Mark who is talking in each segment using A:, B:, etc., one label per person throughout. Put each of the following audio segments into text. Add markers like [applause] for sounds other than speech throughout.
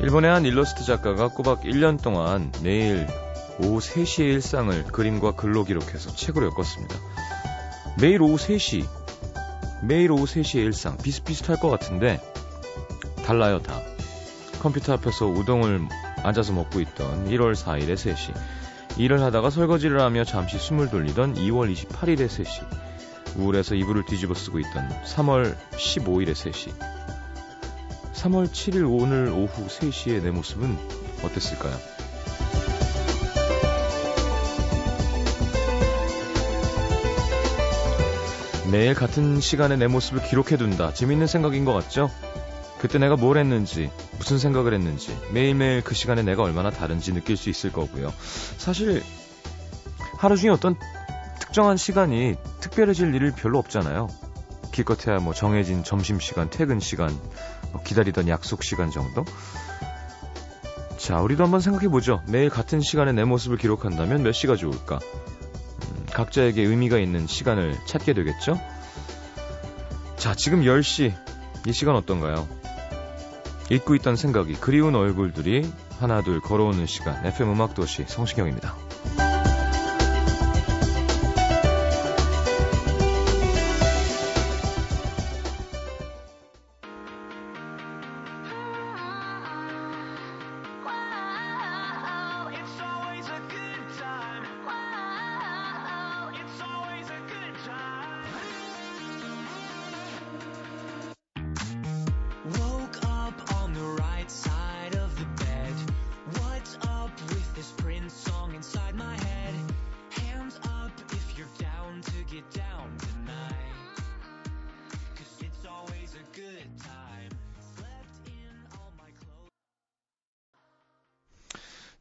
A: 일본의 한 일러스트 작가가 꼬박 1년 동안 매일 오후 3시의 일상을 그림과 글로 기록해서 책으로 엮었습니다. 매일 오후 3시, 매일 오후 3시의 일상, 비슷비슷할 것 같은데, 달라요, 다. 컴퓨터 앞에서 우동을 앉아서 먹고 있던 1월 4일의 3시, 일을 하다가 설거지를 하며 잠시 숨을 돌리던 2월 28일의 3시, 우울해서 이불을 뒤집어 쓰고 있던 3월 15일의 3시, 3월 7일 오늘 오후 3시의 내 모습은 어땠을까요? 매일 같은 시간에 내 모습을 기록해둔다. 재밌는 생각인 것 같죠? 그때 내가 뭘 했는지, 무슨 생각을 했는지, 매일매일 그 시간에 내가 얼마나 다른지 느낄 수 있을 거고요. 사실, 하루 중에 어떤 특정한 시간이 특별해질 일이 별로 없잖아요. 기껏해야 뭐 정해진 점심시간, 퇴근시간, 뭐 기다리던 약속시간 정도? 자, 우리도 한번 생각해보죠. 매일 같은 시간에 내 모습을 기록한다면 몇 시가 좋을까? 음, 각자에게 의미가 있는 시간을 찾게 되겠죠? 자, 지금 10시. 이 시간 어떤가요? 잊고 있던 생각이 그리운 얼굴들이 하나둘 걸어오는 시간 FM 음악도시 성시경입니다.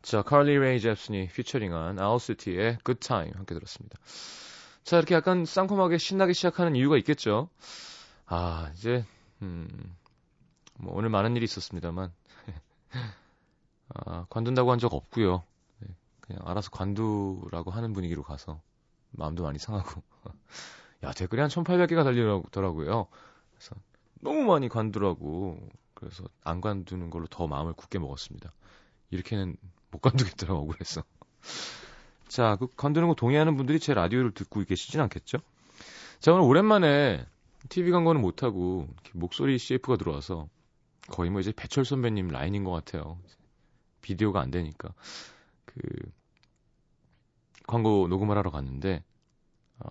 A: 자, 칼리 레이 잽슨이 피처링한 아웃시티의 Good Time 함께 들었습니다. 자, 이렇게 약간 쌍콤하게 신나게 시작하는 이유가 있겠죠? 아, 이제, 음, 뭐 오늘 많은 일이 있었습니다만, [laughs] 아, 관둔다고 한 적 없고요 네, 그냥 알아서 관두라고 하는 분위기로 가서 마음도 많이 상하고. [laughs] 야, 댓글이 한 1800개가 달리더라고요. 그래서 너무 많이 관두라고. 그래서 안 관두는 걸로 더 마음을 굳게 먹었습니다. 이렇게는 못 관두겠더라고 억울해서. 자, 그 관두는 거 동의하는 분들이 제 라디오를 듣고 계시진 않겠죠? 자, 오늘 오랜만에 TV 광고는 못하고 목소리 CF가 들어와서 거의 뭐 이제 배철 선배님 라인인 것 같아요. 비디오가 안 되니까. 그, 광고 녹음을 하러 갔는데, 어,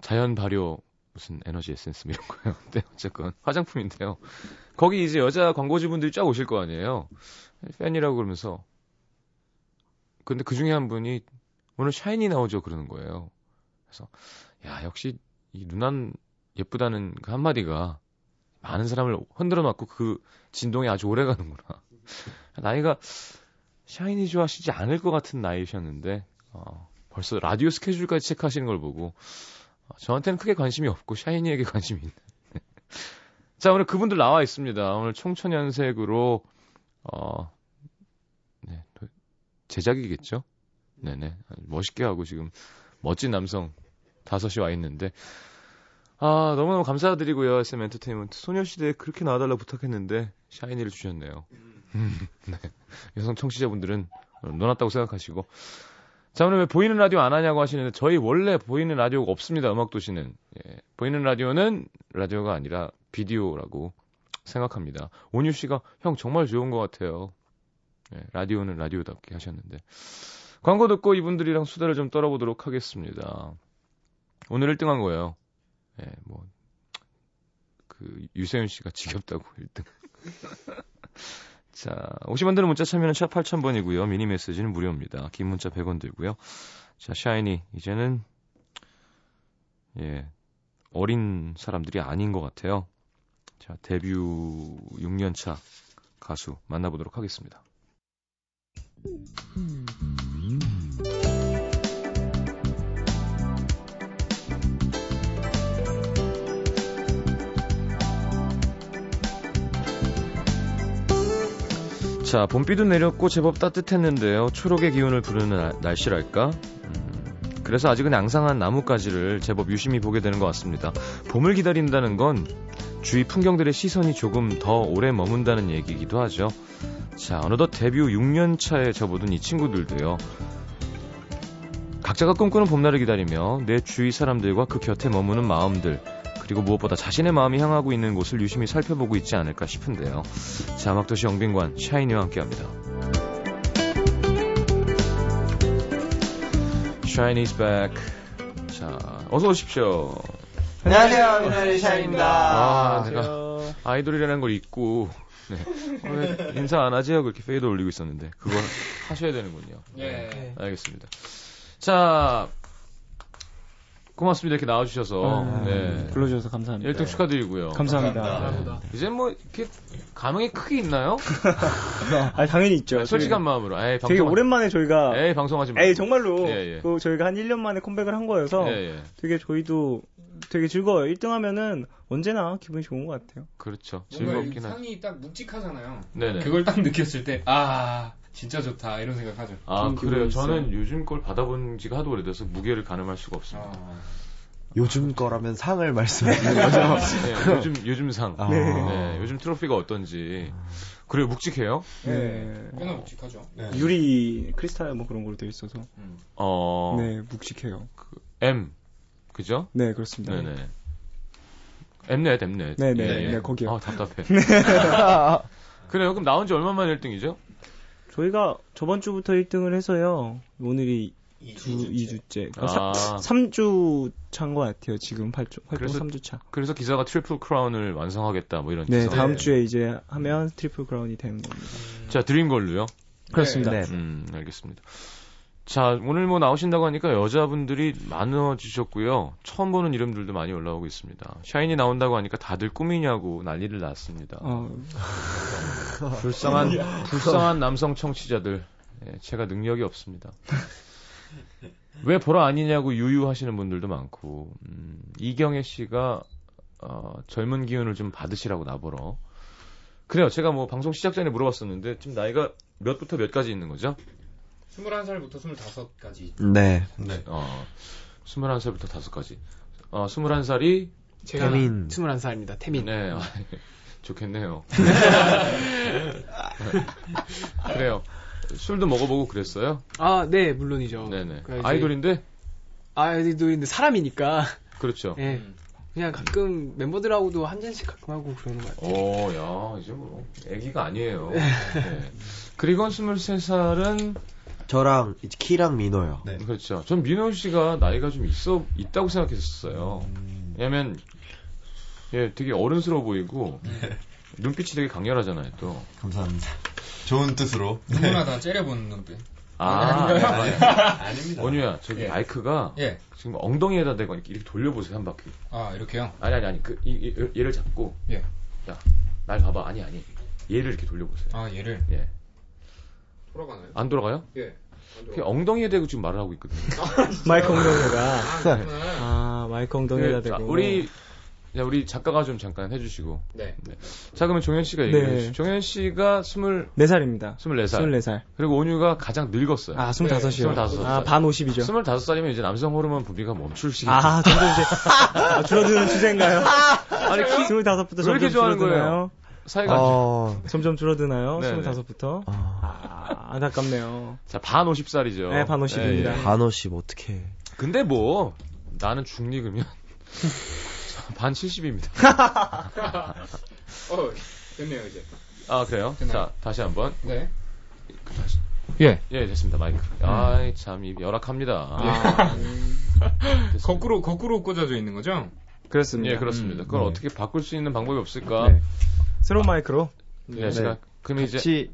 A: 자연 발효 무슨 에너지 에센스 뭐 이런 거예요. [laughs] 근데 어쨌건 화장품인데요. 거기 이제 여자 광고주분들이 쫙 오실 거 아니에요. 팬이라고 그러면서. 근데 그 중에 한 분이 오늘 샤이니 나오죠 그러는 거예요. 그래서 야 역시 이 누난 예쁘다는 그 한마디가 많은 사람을 흔들어 놨고 그 진동이 아주 오래 가는구나. [laughs] 나이가 샤이니 좋아하시지 않을 것 같은 나이셨는데 어, 벌써 라디오 스케줄까지 체크하시는 걸 보고 어, 저한테는 크게 관심이 없고 샤이니에게 [laughs] 관심이 있는. 자 오늘 그분들 나와 있습니다. 오늘 총천연색으로 어 네, 제작이겠죠? 네네 멋있게 하고 지금 멋진 남성 다섯이 와 있는데 아 너무너무 감사드리고요 SM 엔터테인먼트 소녀시대 그렇게 나와달라 부탁했는데 샤이니를 주셨네요. [laughs] 네. 여성 청취자분들은 놀았다고 생각하시고 자, 오늘 왜 보이는 라디오 안 하냐고 하시는데 저희 원래 보이는 라디오가 없습니다. 음악도시는. 예. 보이는 라디오는 라디오가 아니라 비디오라고 생각합니다. 온유 씨가 형 정말 좋은 것 같아요. 예, 라디오는 라디오답게 하셨는데. 광고 듣고 이분들이랑 수다를 좀 떨어보도록 하겠습니다. 오늘 1등 한 거예요. 예, 뭐, 그, 유세윤 씨가 지겹다고 [laughs] 1등. 자, 50원 드는 문자 참여는 샵 8000번이고요. 미니 메시지는 무료입니다. 긴 문자 100원 들고요. 자, 샤이니 이제는 예. 어린 사람들이 아닌 것 같아요. 자, 데뷔 6년 차 가수 만나보도록 하겠습니다. 음. 자, 봄비도 내렸고 제법 따뜻했는데요. 초록의 기운을 부르는 아, 날씨랄까? 음, 그래서 아직은 앙상한 나뭇가지를 제법 유심히 보게 되는 것 같습니다. 봄을 기다린다는 건 주위 풍경들의 시선이 조금 더 오래 머문다는 얘기이기도 하죠. 자, 어느덧 데뷔 6년 차에 접어든 이 친구들도요. 각자가 꿈꾸는 봄날을 기다리며 내 주위 사람들과 그 곁에 머무는 마음들 그리고 무엇보다 자신의 마음이 향하고 있는 곳을 유심히 살펴보고 있지 않을까 싶은데요. 자, 음악도시 영빈관 샤이니와 함께합니다. 샤이니's back. 자, 어서 오십시오.
B: 안녕하세요, 미나리 샤인입니다.
A: 아,
B: 네.
A: 내가 아이돌이라는 걸 잊고 네. 어, 왜 인사 안 하지 하고 이렇게 페이드 올리고 있었는데 그거 하셔야 되는군요.
C: 네.
D: 예.
A: 알겠습니다. 자, 고맙습니다. 이렇게 나와주셔서.
D: 아,
A: 네.
D: 불러주셔서 감사합니다.
A: 1등 축하드리고요.
D: 감사합니다.
C: 아,
B: 감사합니다.
A: 이제 뭐, 이렇게, 감흥이 크게 있나요?
D: 아 당연히 있죠.
A: 아니, 솔직한 마음으로. 에이,
D: 되게, 되게
A: 방송,
D: 오랜만에 저희가 에이,
A: 에이, 방송하지 마.
D: 정말로
A: 예, 예.
D: 그 저희가 한 1년 만에 컴백을 한 거여서
A: 예, 예.
D: 되게 저희도 되게 즐거워요. 1등 하면은 언제나 기분이 좋은 것 같아요.
A: 그렇죠.
C: 뭔가 이
A: 즐겁긴 하죠.
C: 상이 딱 묵직하잖아요.
A: 네네.
C: 그걸 딱 느꼈을 때, 아, 진짜 좋다, 이런 생각하죠.
A: 아,
D: 그런 기분이
A: 그래요.
D: 있어요.
A: 저는 요즘 걸 받아본 지가 하도 오래돼서 무게를 가늠할 수가 없습니다.
C: 아,
B: 요즘 거라면 상을
A: [laughs]
B: 말씀드리는
A: 네, 요즘, 요즘 상.
B: 아.
A: 네, 요즘 트로피가 어떤지. 그래요, 묵직해요?
D: 네.
C: 꽤나 묵직하죠.
D: 유리 크리스탈 뭐 그런 걸로 되어 있어서
A: 어,
D: 네 묵직해요.
A: M. 그죠?
D: 네 그렇습니다.
A: 네네. 엠넷, 엠넷.
D: 네네, 네, 거기요.
A: 아, 답답해. [laughs] 그래요. 그럼 나온 지 얼마 만에 1등이죠?
D: 저희가 저번 주부터 1등을 해서요. 오늘이
C: 이
D: 두 2주째. 그러니까
A: 아.
D: 3주 차인 것 같아요. 지금 8주, 활동
A: 그래서-
D: 3주 차.
A: 그래서 기사가 트리플 크라운을 완성하겠다, 뭐 이런
D: 네,
A: 기사.
D: 다음 주에 이제 하면 트리플 그라운이 되는 겁니다.
C: 음,
A: 자, 드림 걸로요.
D: 그렇습니다.
B: 네.
A: 음, 알겠습니다. 자, 오늘 뭐 나오신다고 하니까 여자분들이 많아지셨고요. 처음 보는 이름들도 많이 올라오고 있습니다. 샤인이 나온다고 하니까 다들 꿈이냐고 난리를 났습니다.
D: 어,
A: 불쌍한 불쌍한 남성 청취자들 예, 제가 능력이 없습니다. 왜 보라 아니냐고 유유하시는 분들도 많고 음, 이경혜 씨가 어, 젊은 기운을 좀 받으시라고 나보러 그래요. 제가 뭐 방송 시작 전에 물어봤었는데 지금 나이가 몇부터 몇까지 있는 거죠?
C: 21살부터 25까지.
B: 네.
A: 어, 21살부터 5까지. 어, 21살이
E: 제가
B: 태민.
E: 21살입니다. 태민.
A: 네. 아, [laughs]
E: [laughs]
A: 좋겠네요. 그래요. 술도 먹어보고 그랬어요?
E: 아, 네, 물론이죠.
A: 네네.
E: 그러니까 이제
A: 아이돌인데?
E: 아이돌인데 사람이니까.
A: 그렇죠.
E: 예.
C: 음.
E: 그냥 가끔 멤버들하고도 한 잔씩 가끔 하고 그러는 것 같아요.
A: 오, 야, 이제 뭐, 애기가 아니에요. 네. 그리고 23살은,
B: 저랑 이제 키랑 민호요.
E: 네.
A: 그렇죠. 전 민호 씨가 나이가 좀 있어, 있다고 생각했었어요. 왜냐면, 예, 되게 어른스러워 보이고,
C: 네.
A: 눈빛이 되게 강렬하잖아요, 또.
F: 감사합니다. 좋은 뜻으로.
C: 누구나 다 째려보는 눈빛. 네, [laughs]
A: 아,
F: 아닙니다.
A: 원유야, 저기
C: 예.
A: 마이크가
C: 예.
A: 지금 엉덩이에다 대고 이렇게 이렇게 돌려보세요, 한 바퀴.
C: 아, 이렇게요?
A: 아니, 아니, 아니, 그, 이, 이- 얘를 잡고,
C: 예.
A: 야, 날 봐봐. 아니, 아니. 얘를 이렇게 돌려보세요.
C: 아, 얘를.
A: 예.
C: 돌아가나요?
A: 안 돌아가요?
C: 예. 안
A: 그냥 엉덩이에 대고 지금 말을 하고 있거든요.
D: 마이크 엉덩이에다.
C: 아,
G: 네.
C: 그렇구나.
D: 아, 마이크 엉덩이에다
A: 그, 자,
D: 대고.
A: 우리 자, 우리 작가가 좀 잠깐 해주시고
C: 네.
A: 자 그러면 종현 씨가
D: 네.
A: 얘기해 주시죠. 종현 씨가 스물
D: 4살입니다.
A: 스물네 살
D: 24살.
A: 그리고 온유가 가장 늙었어요.
D: 아, 25이요.
A: 25살.
D: 아, 반 50이죠.
A: 스물다섯 살이면 이제 남성 호르몬 분비가 멈출 시기.
D: 아, 점점 이제 아, 줄어드는 추세인가요?
A: [laughs] 아니, 키-
D: 25부터
A: 왜
D: 점점
A: 이렇게 좋아하는
D: 줄어드나요?
A: 사이가 안 좋-
B: 어,
D: 점점 줄어드나요?
A: 네, 네.
D: 25부터? 아, 안타깝네요.
A: 자, 반 50살이죠. 예,
D: 네, 반 50 입니다.
B: 반호 씨뭐 어떻게?
A: 근데 뭐 나는 중립이면 [laughs] 자, 반 70입니다.
C: 어, 됐네요, 이제.
A: 아, 그래요?
C: 됐나요?
A: 자, 다시 한번.
C: 네.
A: 예. 예, 됐습니다. 마이크. 아이, 참, 이 열악합니다. 예,
D: 아,
A: 됐습니다.
C: 거꾸로, 거꾸로 꽂아져 있는 거죠?
D: 그렇습니다.
A: 예, 그렇습니다. 그걸 어떻게 바꿀 수 있는 방법이 없을까?
D: 네. 새로운 마이크로.
A: [laughs] 네, 제가 그럼 이제
G: 같이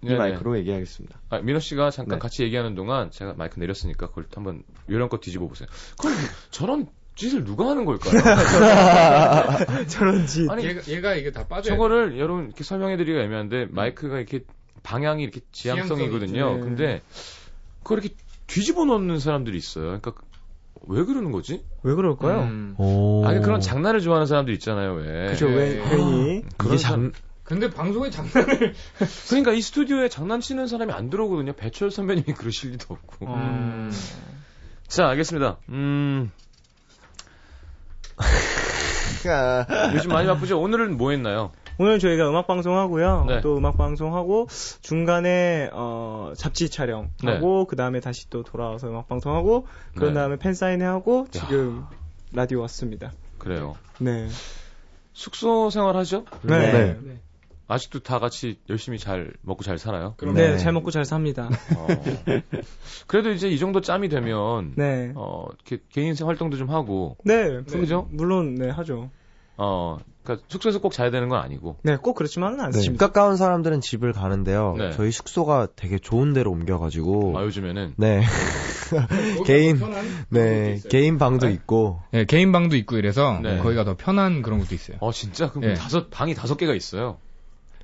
A: 네,
G: 이 마이크로 얘기하겠습니다.
A: 아, 민호 씨가 잠깐
G: 네.
A: 같이 얘기하는 동안 제가 마이크 내렸으니까 그걸 한번 요령껏 뒤집어 보세요. 그럼 저런 짓을 누가 하는 걸까요?
D: 저런지.
A: 아니 네.
C: 얘가, 얘가 이게 다 빠져요.
A: 저거를 여러분 이렇게 설명해드리기가 애매한데 마이크가 이렇게 방향이 이렇게 지향성이거든요. 네.
D: 지향성이 있죠.
A: 근데 그걸 이렇게 뒤집어 놓는 사람들이 있어요. 그러니까 왜 그러는 거지?
D: 왜 그럴까요?
C: 음.
B: 오.
A: 아니 그런 장난을 좋아하는 사람들 있잖아요. 왜?
D: 그죠,
C: 네.
D: 왜, 괜히.
A: 그런
B: 이게 장
C: 근데 방송에 장난을.
A: 그러니까 이 스튜디오에 장난치는 사람이 안 들어오거든요. 배철 선배님이 [laughs] 그러실 리도 없고.
D: 어.
C: 음.
A: 자, 알겠습니다. 음. 요즘 많이 바쁘죠? 오늘은 뭐 했나요?
D: 오늘 저희가 음악 방송하고요.
A: 네.
D: 또 음악 방송하고 중간에 어, 잡지 촬영하고 그 다음에 다시 또 돌아와서 음악 방송하고 그런
A: 네.
D: 다음에 팬 사인회하고 지금 라디오 왔습니다.
A: 그래요.
D: 네.
A: 숙소 생활 하죠?
D: 네.
B: 네.
D: 네.
A: 아직도 다 같이 열심히 잘 먹고 잘 살아요?
C: 그럼
B: 네.
D: 잘 먹고 잘 삽니다.
A: [laughs] 어. 그래도 이제 이 정도 짬이 되면
D: 네.
A: 어, 이렇게 개인 활동도 좀 하고
D: 네.
A: 그죠?
D: 물론 네, 하죠.
A: 어, 그러니까 숙소에서 꼭 자야 되는 건 아니고
D: 네, 꼭 그렇지만은
B: 네.
D: 않습니다.
B: 가까운 사람들은 집을 가는데요.
A: 네.
B: 저희 숙소가 되게 좋은 데로 옮겨가지고.
A: 아 요즘에는 [laughs]
B: 네. [laughs]
C: 거기가
B: 개인-
C: 편한 그런 것도
B: 네.
C: 있어요.
B: 개인 방도 있고.
G: 네, 개인 방도 있고 이래서
A: 네.
G: 거기가 더 편한 그런 것도 있어요.
A: 어 진짜 그럼
B: 네.
G: 예.
A: 다섯 방이 다섯 개가 있어요.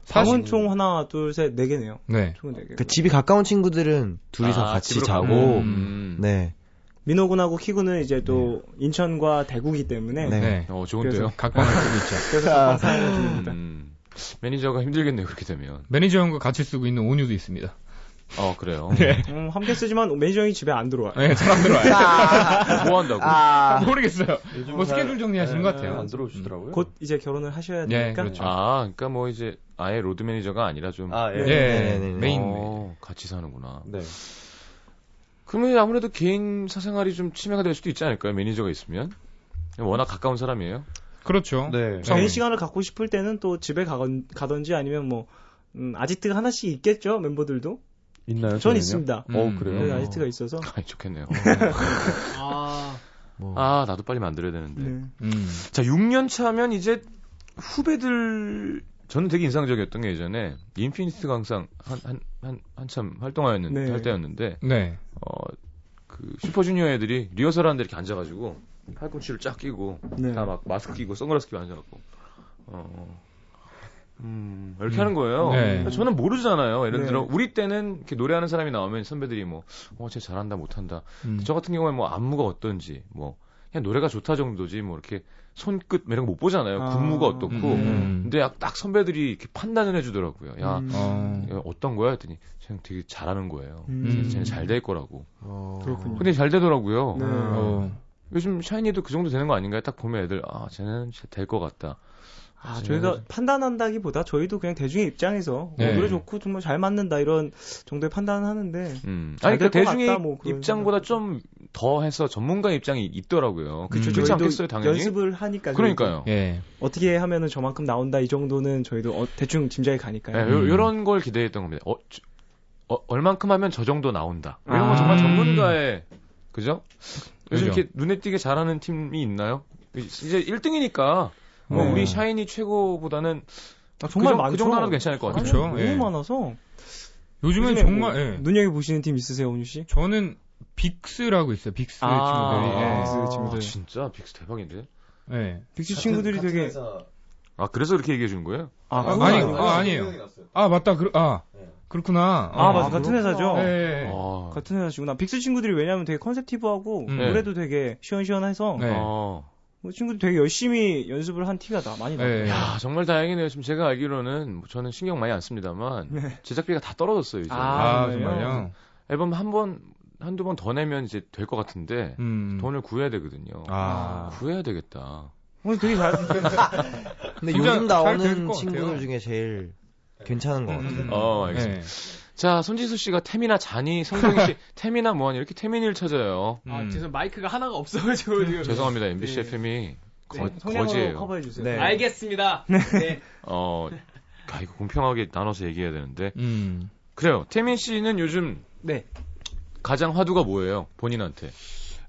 D: 방은 총 하나, 둘, 셋, 네 개네요.
G: 네.
D: 총 네 개.
B: 그 집이 가까운 친구들은 둘이서
A: 아,
B: 같이
A: 집으로
B: 자고.
A: 가고.
G: 음.
B: 네.
D: 민호군하고 키군은 이제 또 인천과 대구기 때문에
B: 네.
G: 네.
A: 어 좋은데요.
D: 그래서-
G: 각 방을 쓰고 있죠.
D: 그래서 사인을 줍니다.
A: 음, 매니저가 힘들겠네요 그렇게 되면.
G: 매니저 형과 같이 쓰고 있는 온유도 있습니다.
A: 어
B: [laughs]
A: 그래요.
B: 네.
D: 음, 함께 쓰지만 매니저 형이 집에 안 들어와요.
G: 네, 잘안 들어와요.
A: 뭐 한다고?
G: 아, [laughs] 모르겠어요. 뭐 스케줄 정리하시는 것 같아요.
E: 안 들어오시더라고요.
D: 곧 이제 결혼을 하셔야
G: 네,
D: 되니까.
G: 그렇죠.
A: 아 그러니까 뭐 이제 아예 로드 매니저가 아니라 좀
E: 아, 예.
G: 예,
B: 네네네네.
G: 메인.
A: 어, 같이 사는구나.
E: 네.
A: 그러면 아무래도 개인 사생활이 좀 침해가 될 수도 있지 않을까요? 매니저가 있으면 워낙 가까운 사람이에요.
G: 그렇죠.
E: 네.
D: 정인
G: 네.
D: 시간을 갖고 싶을 때는 또 집에 가건, 가던지 아니면 뭐 음, 아지트가 하나씩 있겠죠 멤버들도.
A: 네,
E: 있나요?
D: 전
E: 저는요?
D: 있습니다.
G: 음.
E: 어, 그래요?
D: 네, 아지트가 있어서.
A: 아니 좋겠네요.
C: 아,
B: 뭐.
A: 아 나도 빨리 만들어야 되는데.
D: 네.
G: 음.
A: 자, 6년 차면 이제 후배들 저는 되게 인상적이었던 게 예전에 인피니트 강상 한 한 한 한참 활동하였는데
D: 네.
A: 할 때였는데
G: 네.
A: 어그 슈퍼주니어 애들이 리허설 하는데 이렇게 앉아가지고 팔꿈치를 쫙 끼고
D: 네.
A: 다 막 마스크 끼고 선글라스 끼고 앉아갖고 어. 음, 이렇게 하는
D: 어.
A: 거예요.
D: 아,
G: 네.
A: 저는 모르잖아요. 예를
D: 네.
A: 들어, 우리 때는 이렇게 노래하는 사람이 나오면 선배들이 뭐, 어, 쟤 잘한다, 못한다.
G: 음.
A: 저 같은 경우에 뭐 안무가 어떤지 뭐 그냥 노래가 좋다 정도지 뭐 이렇게 손끝 매력 못 보잖아요.
D: 아.
A: 군무가 어떻고.
G: 음.
A: 근데 약- 딱 선배들이 이렇게 판단을 해주더라고요. 야,
D: 음.
G: 어.
A: 야, 어떤 거야? 했더니 쟤는 되게 잘하는 거예요.
D: 음.
A: 쟤는 잘 될 거라고.
B: 어.
D: 그렇군요.
A: 근데 잘 되더라고요.
D: 네.
G: 어.
A: 요즘 샤이니도 그 정도 되는 거 아닌가요? 딱 보면 애들 아 쟤는 될 것 같다. 어.
D: 아, 저희가 판단한다기보다 저희도 그냥 대중의 입장에서
G: 네.
D: 어, 노래 좋고 정말 잘 맞는다 이런 정도의 판단하는데
A: 음.
D: 잘
A: 아니 그
D: 될것
A: 대중의
D: 같다, 뭐 그런
A: 입장보다 좀 더 해서 전문가 의 입장이 있더라고요.
G: 그쵸,
A: 그렇지
D: 저희도
A: 않겠어요 당연히.
D: 연습을 하니까
A: 그러니까요.
G: 예.
D: 저희도 어떻게 하면은 저만큼 나온다 이 정도는 저희도 어, 대충 짐작이 가니까요.
A: 네,
G: 음.
A: 요, 런걸 기대했던 겁니다. 어, 저- 어, 얼만큼 하면 저 정도 나온다. 뭐 이런 건 정말
G: 음.
A: 전문가의, 그죠? 요즘
G: 그죠.
A: 이렇게 눈에 띄게 잘하는 팀이 있나요? 이제 1등이니까, 뭐
G: 네.
A: 우리 샤이니 최고보다는
D: 아, 정말
A: 그, 정- 그
D: 많죠.
A: 정도는 괜찮을 것 같아요. 네.
G: 그쵸.
D: 아니, 너무
G: 예.
D: 많아서
G: 요즘은
D: 요즘에
G: 정말
D: 뭐
G: 예.
D: 눈여겨 보시는 팀 있으세요, 온유 씨?
G: 저는 빅스라고 있어요. 빅스 친구들이. 예.
D: 아. 빅스 친구들.
A: 아, 진짜 빅스 대박인데.
G: 예.
D: 빅스 친구들이 되게
A: 아 그래서 그렇게 얘기해 준 거예요?
D: 아,
G: 아니,
D: 그건 아니고.
G: 아, 아니에요. 아, 맞다. 그, 아. 그렇구나.
D: 아,
G: 어.
D: 맞아. 같은 회사죠.
G: 예, 예.
A: 아,
D: 같은 회사시구나. 빅스 친구들이 왜냐면 되게 컨셉티브하고
G: 음.
D: 노래도
A: 네.
D: 되게 시원시원해서
G: 네.
A: 어.
D: 뭐 친구들 되게 열심히 연습을 한 티가 나 많이 나.
G: 예.
A: 야, 정말 다행이네요. 지금 제가 알기로는 뭐 저는 신경 많이 안 씁니다만 제작비가 다 떨어졌어요 이제.
G: 네. 아,
D: 아,
G: 정말요?
A: 앨범 한 번 한두 번 더 내면 이제 될 것 같은데
G: 음.
A: 돈을 구해야 되거든요.
G: 아.
A: 구해야 되겠다.
D: 오늘 어,
A: [laughs]
D: 되게 잘 음.
B: 근데
G: 진짜
B: 요즘
G: 잘 되실
B: 나오는
G: 것
B: 친구들
G: 같아요. 음,
B: 중에 제일 괜찮은 것 같아요.
A: 어, 알겠습니다.
G: 예.
A: 자, 손지수 씨가 태미나 자니, 성동희
D: [laughs]
A: 씨 태미나 뭐하니 이렇게 태민이를 찾아요.
G: 음.
E: 아, 죄송 마이크가 하나가 없어가지고 지금. 네.
A: 죄송합니다. MBC FM이 거,
D: 성량으로
A: 거지예요.
D: 네. 커버해 주세요.
B: 네.
E: 알겠습니다. 네.
A: 어, 아, 이거 공평하게 나눠서 얘기해야 되는데.
G: 음.
A: 그래요. 태민 씨는 요즘
E: 네.
A: 가장 화두가 뭐예요? 본인한테.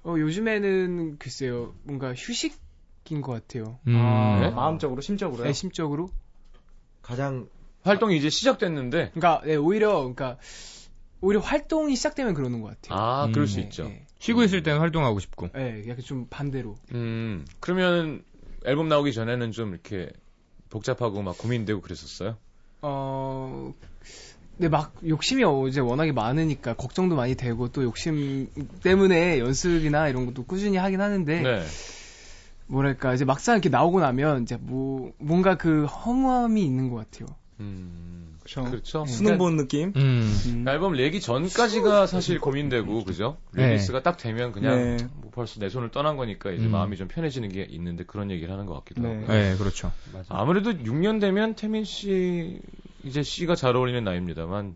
E: 어, 요즘에는 글쎄요, 뭔가 휴식인 것 같아요.
G: 음.
A: 네?
D: 마음적으로 심적으로요.
E: 네, 심적으로.
B: 가장
A: 활동이 이제 시작됐는데.
E: 그러니까 네, 오히려 그러니까 오히려 활동이 시작되면 그러는 것
D: 음.
E: 같아요.
A: 아, 그럴 수
E: 네,
A: 있죠.
E: 네,
G: 쉬고 있을 때는 활동하고 싶고.
E: 네, 약간 좀 반대로.
A: 음, 그러면 앨범 나오기 전에는 좀 이렇게 복잡하고 막 고민되고 그랬었어요?
E: 어, 근데 막 욕심이 어제 워낙에 많으니까 걱정도 많이 되고 또 욕심 때문에 연습이나 이런 것도 꾸준히 하긴
D: 네.
E: 하는데
A: 네.
E: 뭐랄까 이제 막상 이렇게 나오고 나면 이제 뭐 뭔가 그 허무함이 있는 것 같아요.
A: 음,
D: 그렇죠.
A: 그렇죠.
D: 수능 본 느낌.
G: 음.
D: 음.
A: 앨범 내기 전까지가 사실 고민되고 그죠?
G: 네.
A: 리리스가 딱 되면 그냥
D: 네.
A: 뭐 벌써 내 손을 떠난 거니까 이제
G: 음.
A: 마음이 좀 편해지는 게 있는데 그런 얘기를 하는 것 같기도
D: 네.
A: 하고
G: 네, 그렇죠.
A: 아무래도 6년 되면 태민 씨 이제 씨가 잘 어울리는 나이입니다만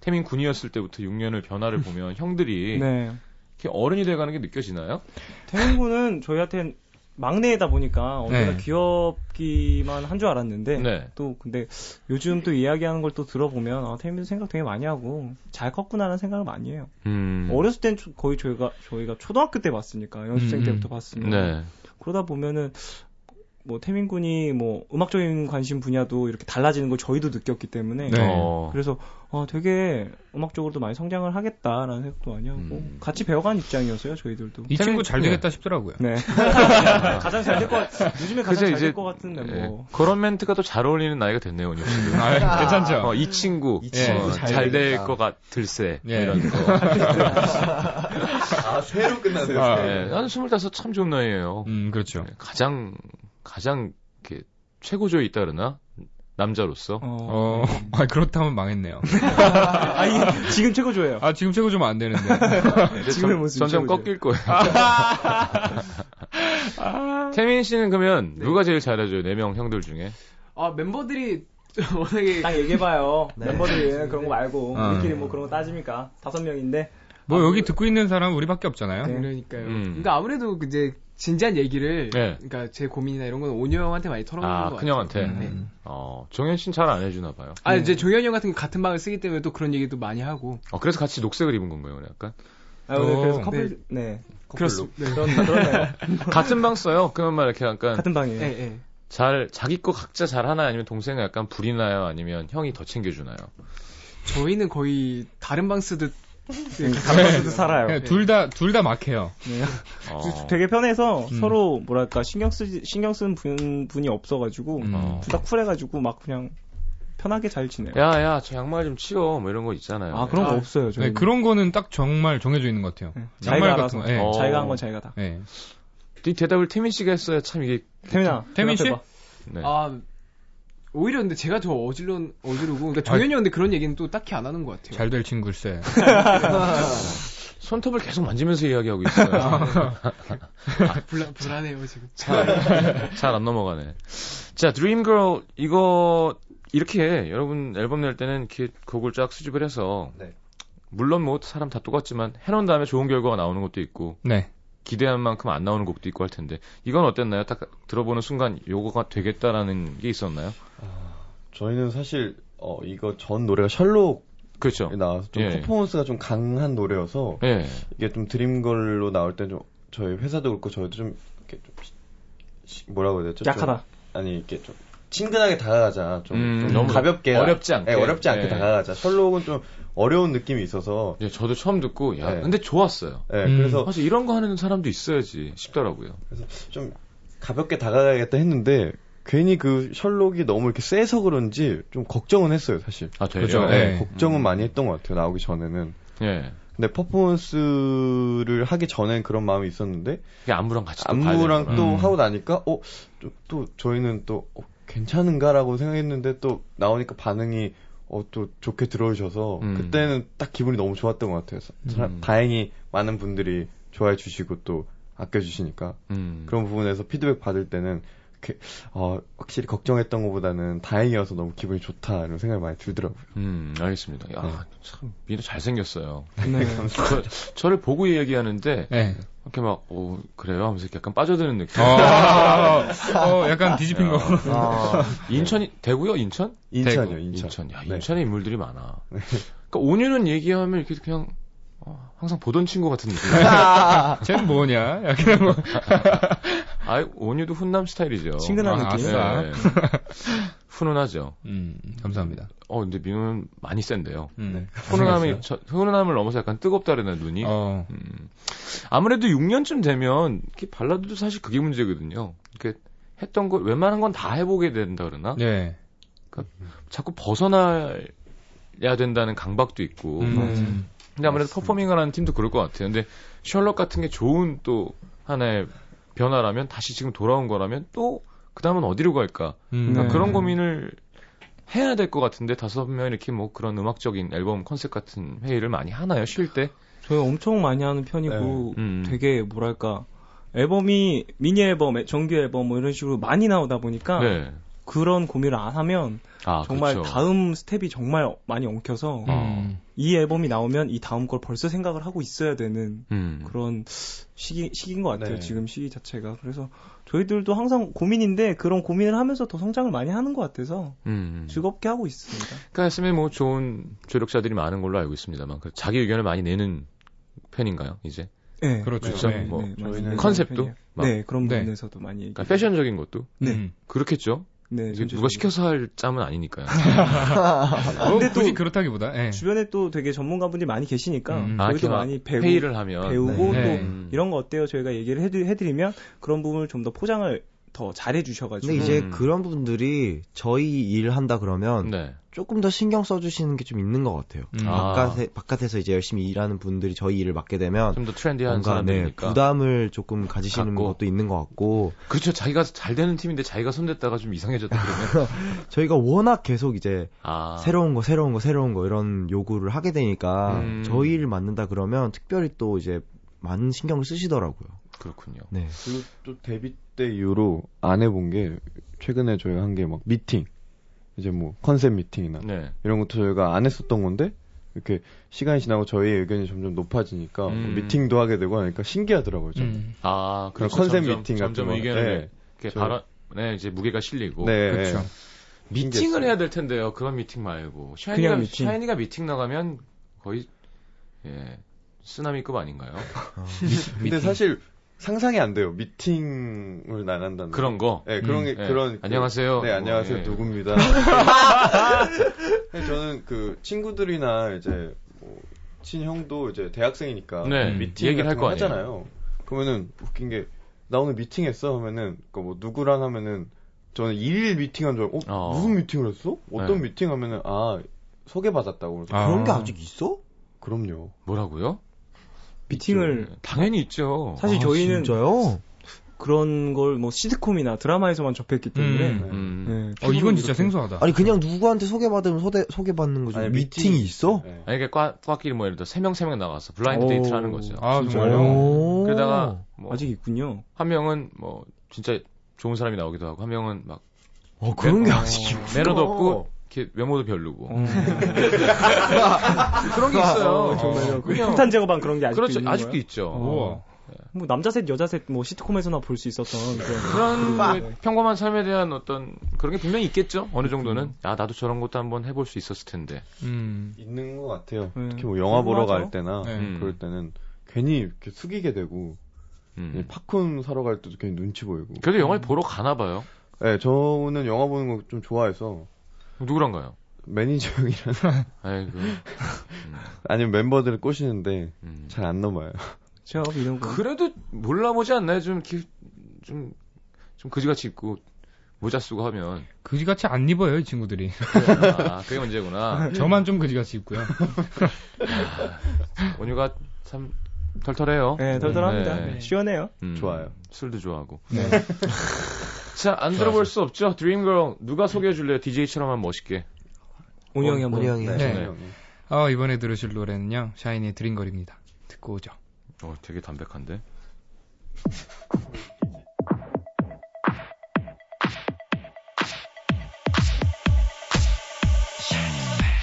A: 태민 군이었을 때부터 6년을 변화를 보면 형들이
D: 네.
A: 이렇게 어른이 돼가는 게 느껴지나요?
D: 태민군은 저희한테 막내이다 보니까 언제나
G: 네.
D: 귀엽기만 한 줄 알았는데
A: 네.
D: 또 근데 요즘 또 이야기하는 걸 또 들어보면 아, 태민도 생각 되게 많이 하고 잘 컸구나라는 생각을 많이 해요.
A: 음.
D: 어렸을 땐 초- 거의 저희가 저희가 초등학교 때 봤으니까 연습생
G: 음, 음.
D: 때부터 봤으니까
A: 네.
D: 그러다 보면은 뭐 태민 군이 뭐 음악적인 관심 분야도 이렇게 달라지는 걸 저희도 느꼈기 때문에
G: 네.
A: 어.
D: 그래서 아 되게 음악적으로도 많이 성장을 하겠다라는 생각도 많이 하고
A: 음.
D: 같이 배워간 입장이었어요 저희들도.
G: 이 친구 잘
A: 네.
G: 되겠다 싶더라고요.
A: [laughs]
D: 네. 가장 잘 될 것 같, 요즘에
A: 그죠,
D: 가장 잘
A: 이제-
D: 될 것 같은데
A: 예.
D: 뭐.
A: 그런 멘트가 또 잘 어울리는 나이가 됐네요, 오늘.
G: 아, 괜찮죠?
A: 어, 이 친구, 어,
G: 이 친구
A: 잘
G: 잘
A: 될
G: 되겠다.
A: 것 같을세
G: 예.
A: 이런 거.
F: 아, 새로 끝났네요.
G: 아,
A: 네, 나는 스물다섯 참 좋은 나이예요.
G: 음, 그렇죠.
A: 네, 가장 가장 이렇게 최고조에 있다 그러나 남자로서
D: 어.
G: 어, 아, 그렇다면 망했네요.
D: 아, 이 지금 최고조예요.
G: 아, 지금 최고 주면 안 [laughs] 되는데.
A: 이제
D: 지금의
A: 점-
D: 모습이
A: 점점
D: 최고죠.
A: 꺾일
E: [laughs]
A: 거예요. 태민 씨는 그러면 누가 제일 잘해줘요? 네 명 형들 중에
E: 아 멤버들이 워낙에
D: 딱 얘기해봐요.
B: 네.
D: 멤버들이 예, 그런 거 말고
G: 어.
D: 우리끼리 뭐 그런 거 따집니까? 다섯 명인데.
G: 뭐 여기 듣고 있는 사람 우리밖에 없잖아요.
D: 네.
E: 그러니까요.
A: 음.
E: 그러니까 아무래도 이제 진지한 얘기를
A: 네.
E: 그러니까 제 고민이나 이런 건 온유 형한테 많이 털어놓는
A: 아
E: 것 같아요.
A: 큰형한테
E: 네.
A: 어 종현 씨는 잘 안 해주나 봐요.
E: 아 이제 종현이 형 같은 거 같은 방을 쓰기 때문에 또 그런 얘기도 많이 하고
A: 어, 그래서 같이 녹색을 입은 건가요, 오늘 약간?
D: 아, 오늘
G: 어,
D: 그래서 커플, 네. 아,
E: 그렇습니다. 네.
D: 그런,
E: [laughs]
G: [laughs]
D: 그러네요.
A: 같은 방 써요. 그러면 막 이렇게 약간
D: 같은 방이에요.
G: 네.
E: 예, 예.
A: 잘 자기 거 각자 잘 하나 아니면 동생은 약간 불이 나요 아니면 형이 더 챙겨주나요?
E: 저희는 거의 다른 방 쓰듯
G: 네.
D: 가만히도 네. 살아요. 네.
G: 둘 다 둘 다 막해요.
A: 어,
D: 되게 편해서
G: 음.
D: 서로 뭐랄까 신경 쓰 신경 쓰는 분, 분이 없어가지고
G: 음.
A: 어.
D: 둘 다 쿨해가지고 막 그냥 편하게 잘 지내요.
A: 야야 저 양말 좀 치워 뭐 이런 거 있잖아요.
D: 아 그런 거 없어요. 저희
G: 네, 그런 거는 딱 정말 정해져 있는 것 같아요.
D: 네.
G: 양말
D: 자기가
G: 같은
D: 알아서
G: 거. 네.
A: 어.
D: 자기가 한 건 자기가 다.
G: 네.
A: 이 대답을 태민 씨가 했어야 참 이게
D: 태민아,
G: 태민 씨?
D: 대답해봐.
A: 네.
E: 아 오히려 근데 제가 더 어질러 어지르고 그러니까 종현이 형 근데 그런 얘기는 또 딱히 안 하는 것 같아요.
G: 잘 될 친구일세.
A: 손톱을 계속 만지면서 이야기하고 있어요.
E: 아, 불안 불안해요 지금.
A: 잘 안 넘어가네. 자, 드림걸 이거 이렇게 여러분 앨범 낼 때는 이렇게 곡을 쫙 수집을 해서
F: 네.
A: 물론 뭐 사람 다 똑같지만 해놓은 다음에 좋은 결과가 나오는 것도 있고
G: 네.
A: 기대한 만큼 안 나오는 곡도 있고 할 텐데 이건 어땠나요? 딱 들어보는 순간 요거가 되겠다라는 게 있었나요?
F: 저희는 사실 어 이거 전 노래가 셜록에
A: 그렇죠.
F: 나와서 좀
A: 예.
F: 퍼포먼스가 좀 강한 노래여서
A: 예.
F: 이게 좀 드림걸로 나올 때 좀 저희 회사도 그렇고 저희도 좀 이렇게 좀 시- 시- 뭐라고
G: 네,
F: 해야 되죠? 좀-
D: 약하다.
F: 아니 이렇게 좀 친근하게 다가가자. 좀,
A: 음,
F: 좀
A: 너무
F: 가볍게
A: 어렵지 않게.
F: 예, 어렵지 않게
A: 예.
F: 다가가자. 셜록은 좀 어려운 느낌이 있어서
A: 예, 저도 처음 듣고 야,
F: 네.
A: 근데 좋았어요.
F: 예,
G: 음.
F: 그래서
A: 사실 이런 거 하는 사람도 있어야지 싶더라고요.
F: 좀 가볍게 다가가야겠다 했는데 괜히 그 셜록이 너무 이렇게 세서 그런지 좀 걱정은 했어요 사실.
A: 아, 되요?
G: 그렇죠.
F: 네,
A: 음.
G: 네.
F: 걱정은 많이 했던 것 같아요 나오기 전에는.
A: 예.
F: 근데 퍼포먼스를 하기 전엔 그런 마음이 있었는데
A: 이게 안무랑 같이 또 봐야
F: 안무랑
A: 되는구나.
F: 또
G: 음.
F: 하고 나니까 어, 또, 또 저희는 또 어, 괜찮은가라고 생각했는데 또 나오니까 반응이 어, 또 좋게 들어주셔서
A: 음.
F: 그때는 딱 기분이 너무 좋았던 것 같아요. 사-
A: 음.
F: 다행히 많은 분들이 좋아해 주시고 또 아껴주시니까
A: 음.
F: 그런 부분에서 피드백 받을 때는 이렇게, 어, 확실히 걱정했던 것보다는 다행이어서 너무 기분이 좋다 이런 생각이 많이 들더라고요.
A: 음, 알겠습니다. 야,
F: 예.
A: 참, 민호 잘생겼어요.
D: 네.
A: 저, 저를 보고 얘기하는데,
G: [laughs] 네.
A: 이렇게 막, 오, 그래요? 하면서 이렇게 약간 빠져드는 느낌.
G: 어,
F: 아.
G: 어, 약간 뒤집힌 거.
A: [laughs]
B: 아,
A: 아. 인천이, 대구요? 인천?
F: 인천이요,
A: 대구,
F: 인천.
A: 야,
F: 네.
A: 인천에 인물들이
F: [laughs]
A: 많아. 그러니까 온유는 얘기하면 이렇게 그냥, 어, 항상 보던 친구 같은 느낌.
G: 쟤는 뭐냐? 약간 뭐.
A: 아, 온유도 훈남 스타일이죠.
D: 친근한
G: 아,
D: 느낌.
G: 아싸.
A: 네. [laughs] 훈훈하죠.
G: 음, 감사합니다.
A: 어, 근데 민호는 많이 센데요.
G: 음.
D: 아,
A: 훈훈함이, 저- 훈훈함을 넘어서 약간 뜨겁다 그러나, 눈이.
G: 어,
A: 음. 아무래도 6년쯤 되면 이렇게 발라드도 사실 그게 문제거든요. 이렇게 했던 걸 웬만한 건 다 해보게 된다 그러나
G: 네.
A: 자꾸 벗어나야 된다는 강박도 있고.
G: 음,
A: 근데 아무래도 퍼포밍을 하는 팀도 그럴 것 같아요. 근데 셜록 같은 게 좋은 또 하나의 변화라면 다시 지금 돌아온 거라면 또 그다음은 어디로 갈까
G: 음.
A: 그러니까
D: 네.
A: 그런 고민을 해야 될 것 같은데 다섯 명 이렇게 뭐 그런 음악적인 앨범 컨셉 같은 회의를 많이 하나요? 쉴 때?
D: 저희 엄청 많이 하는 편이고
A: 네. 음.
D: 되게 뭐랄까 앨범이 미니 앨범, 정규 앨범 뭐 이런 식으로 많이 나오다 보니까
A: 네.
D: 그런 고민을 안 하면
A: 아,
D: 정말
A: 그렇죠.
D: 다음 스텝이 정말 많이 엉켜서
A: 음.
D: 이 앨범이 나오면 이 다음 걸 벌써 생각을 하고 있어야 되는
A: 음.
D: 그런 시기 시기인 것 같아요.
F: 네.
D: 지금 시기 자체가 그래서 저희들도 항상 고민인데 그런 고민을 하면서 더 성장을 많이 하는 것 같아서
A: 음.
D: 즐겁게 하고 있습니다.
A: 그러니까 쌤이 뭐 좋은 조력자들이 많은 걸로 알고 있습니다만 그 자기 의견을 많이 내는 편인가요? 이제
D: 네,
G: 그렇죠.
A: 그렇죠.
G: 네.
A: 뭐
D: 많이
F: 저희는
D: 얘기하는
A: 컨셉도
D: 편이에요.
A: 막
D: 네 그런
G: 네.
D: 부분에서도 많이 얘기.
A: 그러니까 패션적인 것도
D: 네.
G: 음.
A: 그렇겠죠.
D: 네,
A: 이제
D: 전체적으로.
A: 누가 시켜서 할 짬은
D: [laughs]
A: 아니니까요.
G: 뭐, 굳이 그렇다기보다 예.
D: 주변에 또 되게 전문가분들이 많이 계시니까
G: 음.
A: 네. 아,
D: 저희도
A: 이렇게 막
D: 많이 배우,
A: 회의를 하면
D: 배우고
G: 네.
D: 또
G: 네.
A: 음.
D: 이런 거 어때요? 저희가 얘기를 해드, 해드리면 그런 부분을 좀 더 포장을 더 잘해 주셔가지고
B: 근데 이제
A: 음.
B: 그런 분들이 저희 일 한다 그러면
A: 네.
B: 조금 더 신경 써주시는 게 좀 있는 것 같아요.
G: 음.
A: 아.
B: 바깥에, 바깥에서 이제 열심히 일하는 분들이 저희 일을 맡게 되면
A: 좀 더 트렌디한
B: 뭔가 네,
A: 사람들이니까.
B: 부담을 조금 가지시는
A: 갖고.
B: 것도 있는 것 같고
A: 그렇죠. 자기가 잘 되는 팀인데 자기가 손댔다가 좀 이상해졌다
D: [laughs]
A: 그러면
B: 저희가 워낙 계속 이제
A: 아.
B: 새로운 거 새로운 거 새로운 거 이런 요구를 하게 되니까
A: 음.
B: 저희 일을 맡는다 그러면 특별히 또 이제 많은 신경을 쓰시더라고요.
A: 그렇군요.
B: 네.
F: 그리고 또 데뷔 때 이후로 안 해본 게 최근에 저희가 한 게 막 미팅 이제 뭐 컨셉 미팅이나
A: 네.
F: 이런 것도 저희가 안 했었던 건데 이렇게 시간이 지나고 저희의 의견이 점점 높아지니까 뭐
A: 음.
F: 미팅도 하게 되고 하니까 신기하더라고요. 저는.
G: 음.
A: 아,
F: 그런
A: 그렇죠.
F: 컨셉
A: 점점,
F: 미팅 같은
A: 점점
F: 거.
A: 의견을
F: 네.
A: 이렇게
F: 저-
A: 발언에 이제 무게가 실리고
F: 네,
G: 그렇죠.
A: 미팅을 해야 될 텐데요. 그런 미팅 말고 샤이니가
D: 그냥 미팅.
A: 샤이니가 미팅 나가면 거의 예 쓰나미급 아닌가요?
F: 근데 사실 상상이 안 돼요. 미팅을 나간다는.
A: 그런 거.
F: 네, 그런
G: 음,
F: 게
A: 예.
F: 그런. 그-
A: 안녕하세요.
F: 네, 안녕하세요.
A: 예. [laughs]
F: 누구입니다. 네, 저는 그 친구들이나 이제 뭐 친형도 이제 대학생이니까 음,
A: 네,
F: 미팅
A: 얘기를
F: 얘기를
A: 할거
F: 거
A: 아니에요.
F: 하잖아요. 그러면은 웃긴 게 나 오늘 미팅했어 하면은 그뭐 누구랑 하면은 저는 일일 미팅한 줄 알고 어,
A: 어.
F: 무슨 미팅을 했어? 어떤
A: 네.
F: 미팅 하면은 아 소개받았다고 그래서
G: 아.
B: 그런 게 아직 있어?
F: 그럼요.
A: 뭐라고요?
D: 미팅을
A: 당연히 있죠.
D: 음. 사실
B: 아,
D: 저희는
B: 진짜요?
D: 그런 걸 뭐 시트콤이나 드라마에서만 접했기 때문에
G: 음.
A: 네. 음.
D: 네,
G: 어, 이건 진짜 생소하다.
B: 아니 그냥 누구한테 소개받으면 소개 소개받는 거지
F: 아니,
B: 미팅이 있어?
F: 네.
A: 아니, 그러니까 과, 과끼리 뭐 예를 들어 세명세명 나가서 블라인드
D: 오.
A: 데이트를 하는 거죠.
G: 아, 정말요?
B: 오.
A: 그러다가 뭐
D: 어. 아직 있군요.
A: 한 명은 뭐 진짜 좋은 사람이 나오기도 하고 한 명은 막
B: 어 그런 게
A: 네.
B: 아직 있구나.
A: 매너도
D: 어.
A: 없고 이렇게 외모도 별로고
D: 음.
A: [laughs] 그런 게 있어요.
D: 정말요. 그
A: 그냥
D: 폭탄 제거반 그런 게 아직도
A: 그렇죠.
D: 있는
A: 아직도
D: 거예요? 어.
A: 있죠.
G: 우와.
D: 뭐 남자 셋 여자 셋뭐 시트콤에서나 볼 수 있었던 그런
A: 그런 그 평범한 삶에 대한 어떤 그런 게 분명히 있겠죠. 어느 정도는
D: 음.
A: 아 나도 저런 것도 한번 해볼 수 있었을 텐데.
G: 음.
F: 있는 것 같아요.
D: 네. 음.
F: 특히 뭐 영화 보러
D: 맞아.
F: 갈 때나
G: 네.
F: 그럴 때는 괜히 이렇게 숙이게 되고 예,
A: 음.
F: 팝콘 사러 갈 때도 괜히 눈치 보이고.
A: 그래도 영화를 보러 가나 봐요.
F: 네, 저는 영화 보는 거 좀 좋아해서
A: 누구랑 가요?
F: 매니저 형이랑 [laughs]
A: 아이고.
F: 아니면 멤버들을 꼬시는데
A: 음.
F: 잘 안 넘어요.
D: 취업 이런 거.
A: 그래도 몰라보지 않나요? 좀 이렇게 좀, 좀 거지같이 입고 모자 쓰고 하면.
G: 그지같이 안 입어요, 이 친구들이.
D: [laughs]
A: 아, 그게 문제구나.
G: 저만 좀 그지같이 입고요.
A: 온유가 참 털털해요.
D: 네, 덜덜합니다.
A: 네.
D: 네, 시원해요.
A: 음,
F: 좋아요.
A: 술도 좋아하고.
G: 네.
A: 자, 안 들어볼 수 없죠. 드림걸 누가 소개해 줄래요? DJ처럼만 멋있게.
D: 온유 형이 한번.
B: 운이 형이
G: 네.
F: 저는 형이.
G: 어, 이번에 들으실 노래는요, 샤이니의 드림걸입니다. 듣고 오죠.
A: 어, 되게 담백한데.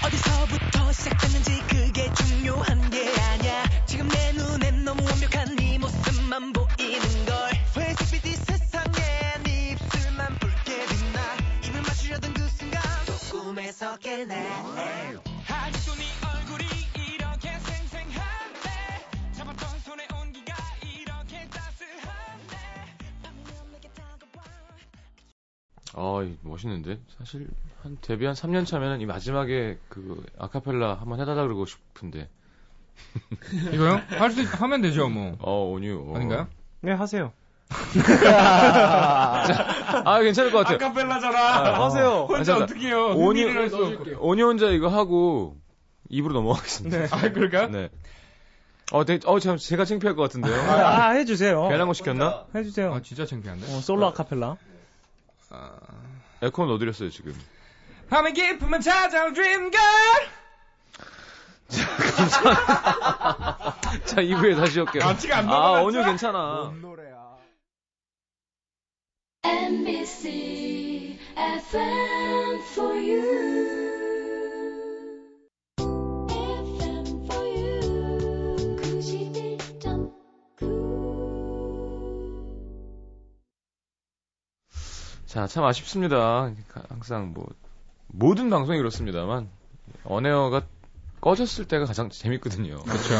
H: 어디서부터 시작됐는지 그게 중요한 게 아니야 지금 내 눈엔 너무 완벽한 네 모습만 보이는걸 회색빛 이 세상에 네 입술만 붉게 빛나 입을 맞추려던 그 순간 또 꿈에서 깨네 아직도 네 얼굴이 이렇게 생생한데 잡았던 손의 온기가 이렇게 따스한데 방금 내게 다가와
A: 아, 이 멋있는데. 사실 한 데뷔 한 3년 차면은 이 마지막에 그 아카펠라 한번 해달라 그러고 싶은데.
G: 이거요? 할 수, 하면 되죠, 뭐.
A: 어, 온유. 어.
G: 아닌가요?
D: 네 하세요.
A: 아, 괜찮을 것 같아요.
C: 아카펠라잖아.
D: 하세요.
A: 아,
C: 혼자
A: 잠깐.
C: 어떻게요?
A: 온유,
C: 흥미를 할수 없고.
A: 온유 혼자 이거 하고 입으로 넘어가겠습니다.
G: 아, 그럴까요?
A: 네. 어, 되게, 어, 참, 제가 창피할 것
D: 아,
A: 같은데요.
D: 아, 해주세요.
A: 괜한 거 시켰나?
D: 해주세요.
G: 아, 진짜 창피한데?
D: 어, 솔로 아카펠라.
A: 에어컨 넣어드렸어요, 지금.
E: 밤의 깊음은 찾아온 드림걸
A: 자, 2부에 다시 올게요.
D: 아직 안
A: 아,
D: 넘어갔죠?
A: 언유 괜찮아.
D: 노래야.
I: NBC FM for you. FM for you. 91.9.
A: 자, 참 아쉽습니다. 항상 뭐 모든 방송이 그렇습니다만 언에어가 꺼졌을 때가 가장 재밌거든요.
G: 그렇죠.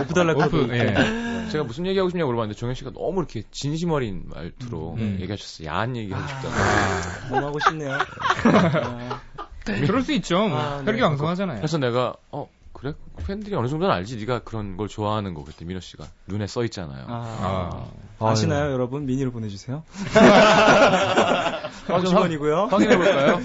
D: 오프 달라고.
G: 오프, 예.
A: 제가 무슨 얘기하고 싶냐고 물어봤는데 종현 씨가 너무 이렇게 진심 어린 말투로
G: 음. 네.
A: 얘기하셨어요. 야한 얘기하고 싶다고.
D: 너무 하고
G: [laughs]
D: 싶네요. 아,
G: 그럴 수 있죠. 뭐.
D: 아, 네.
G: 혈기 왕성하잖아요.
A: 그래서 내가 어 그래 팬들이 어느 정도는 알지. 네가 그런 걸 좋아하는 거 그때 민호 씨가 눈에 써 있잖아요.
D: 아.
G: 아,
D: 시나요 여러분? 미니로 보내주세요.
A: 아, 좀
D: 50원이고요.
A: 확인해 볼까요?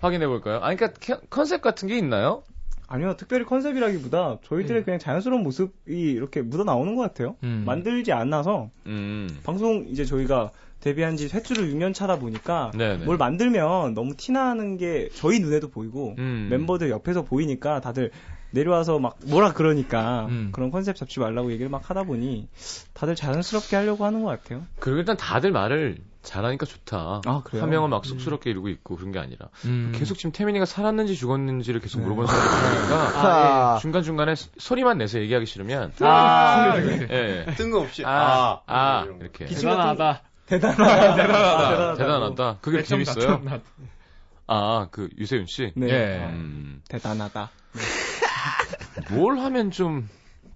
A: 확인해 볼까요? 아니 그러니까 캐- 컨셉 같은 게 있나요?
D: 아니요, 특별히 컨셉이라기보다
G: 예.
D: 저희들의 그냥 자연스러운 모습이 이렇게 묻어 나오는 것 같아요.
G: 음.
D: 만들지 않아서
A: 음.
D: 방송 이제 저희가 데뷔한 지 횟수를 6년 차다 보니까
A: 네네.
D: 뭘 만들면 너무 티나는 게 저희 눈에도 보이고
A: 음.
D: 멤버들 옆에서 보이니까 다들 내려와서 막 뭐라 그러니까
G: 음.
D: 그런 컨셉 잡지 말라고 얘기를 막 하다 보니 다들 자연스럽게 하려고 하는 것 같아요.
A: 그리고 일단 다들 말을 잘하니까 좋다.
D: 아, 그래요?
A: 한 명은 막 쑥스럽게 이러고 있고 그런 게 아니라
G: 음.
A: 계속 지금 태민이가 살았는지 죽었는지를
D: 네.
A: 계속 물어보는
D: [laughs]
A: 사람이 있으니까 중간 중간에 소리만 내서 얘기하기 싫으면
D: 예. 아,
A: 예.
F: 뜬금없이
A: 아, 아,
F: 이런 거.
A: 이렇게
E: 네,
A: 아.
E: 대단하다
D: 아, 대단하다.
A: 대단하다. 그게
G: 좀
A: 재밌어요.
G: 낮- 낮-
A: 아, 그 유세윤 씨.
D: 네.
G: 예.
A: 음,
D: 대단하다.
A: 뭘 하면 좀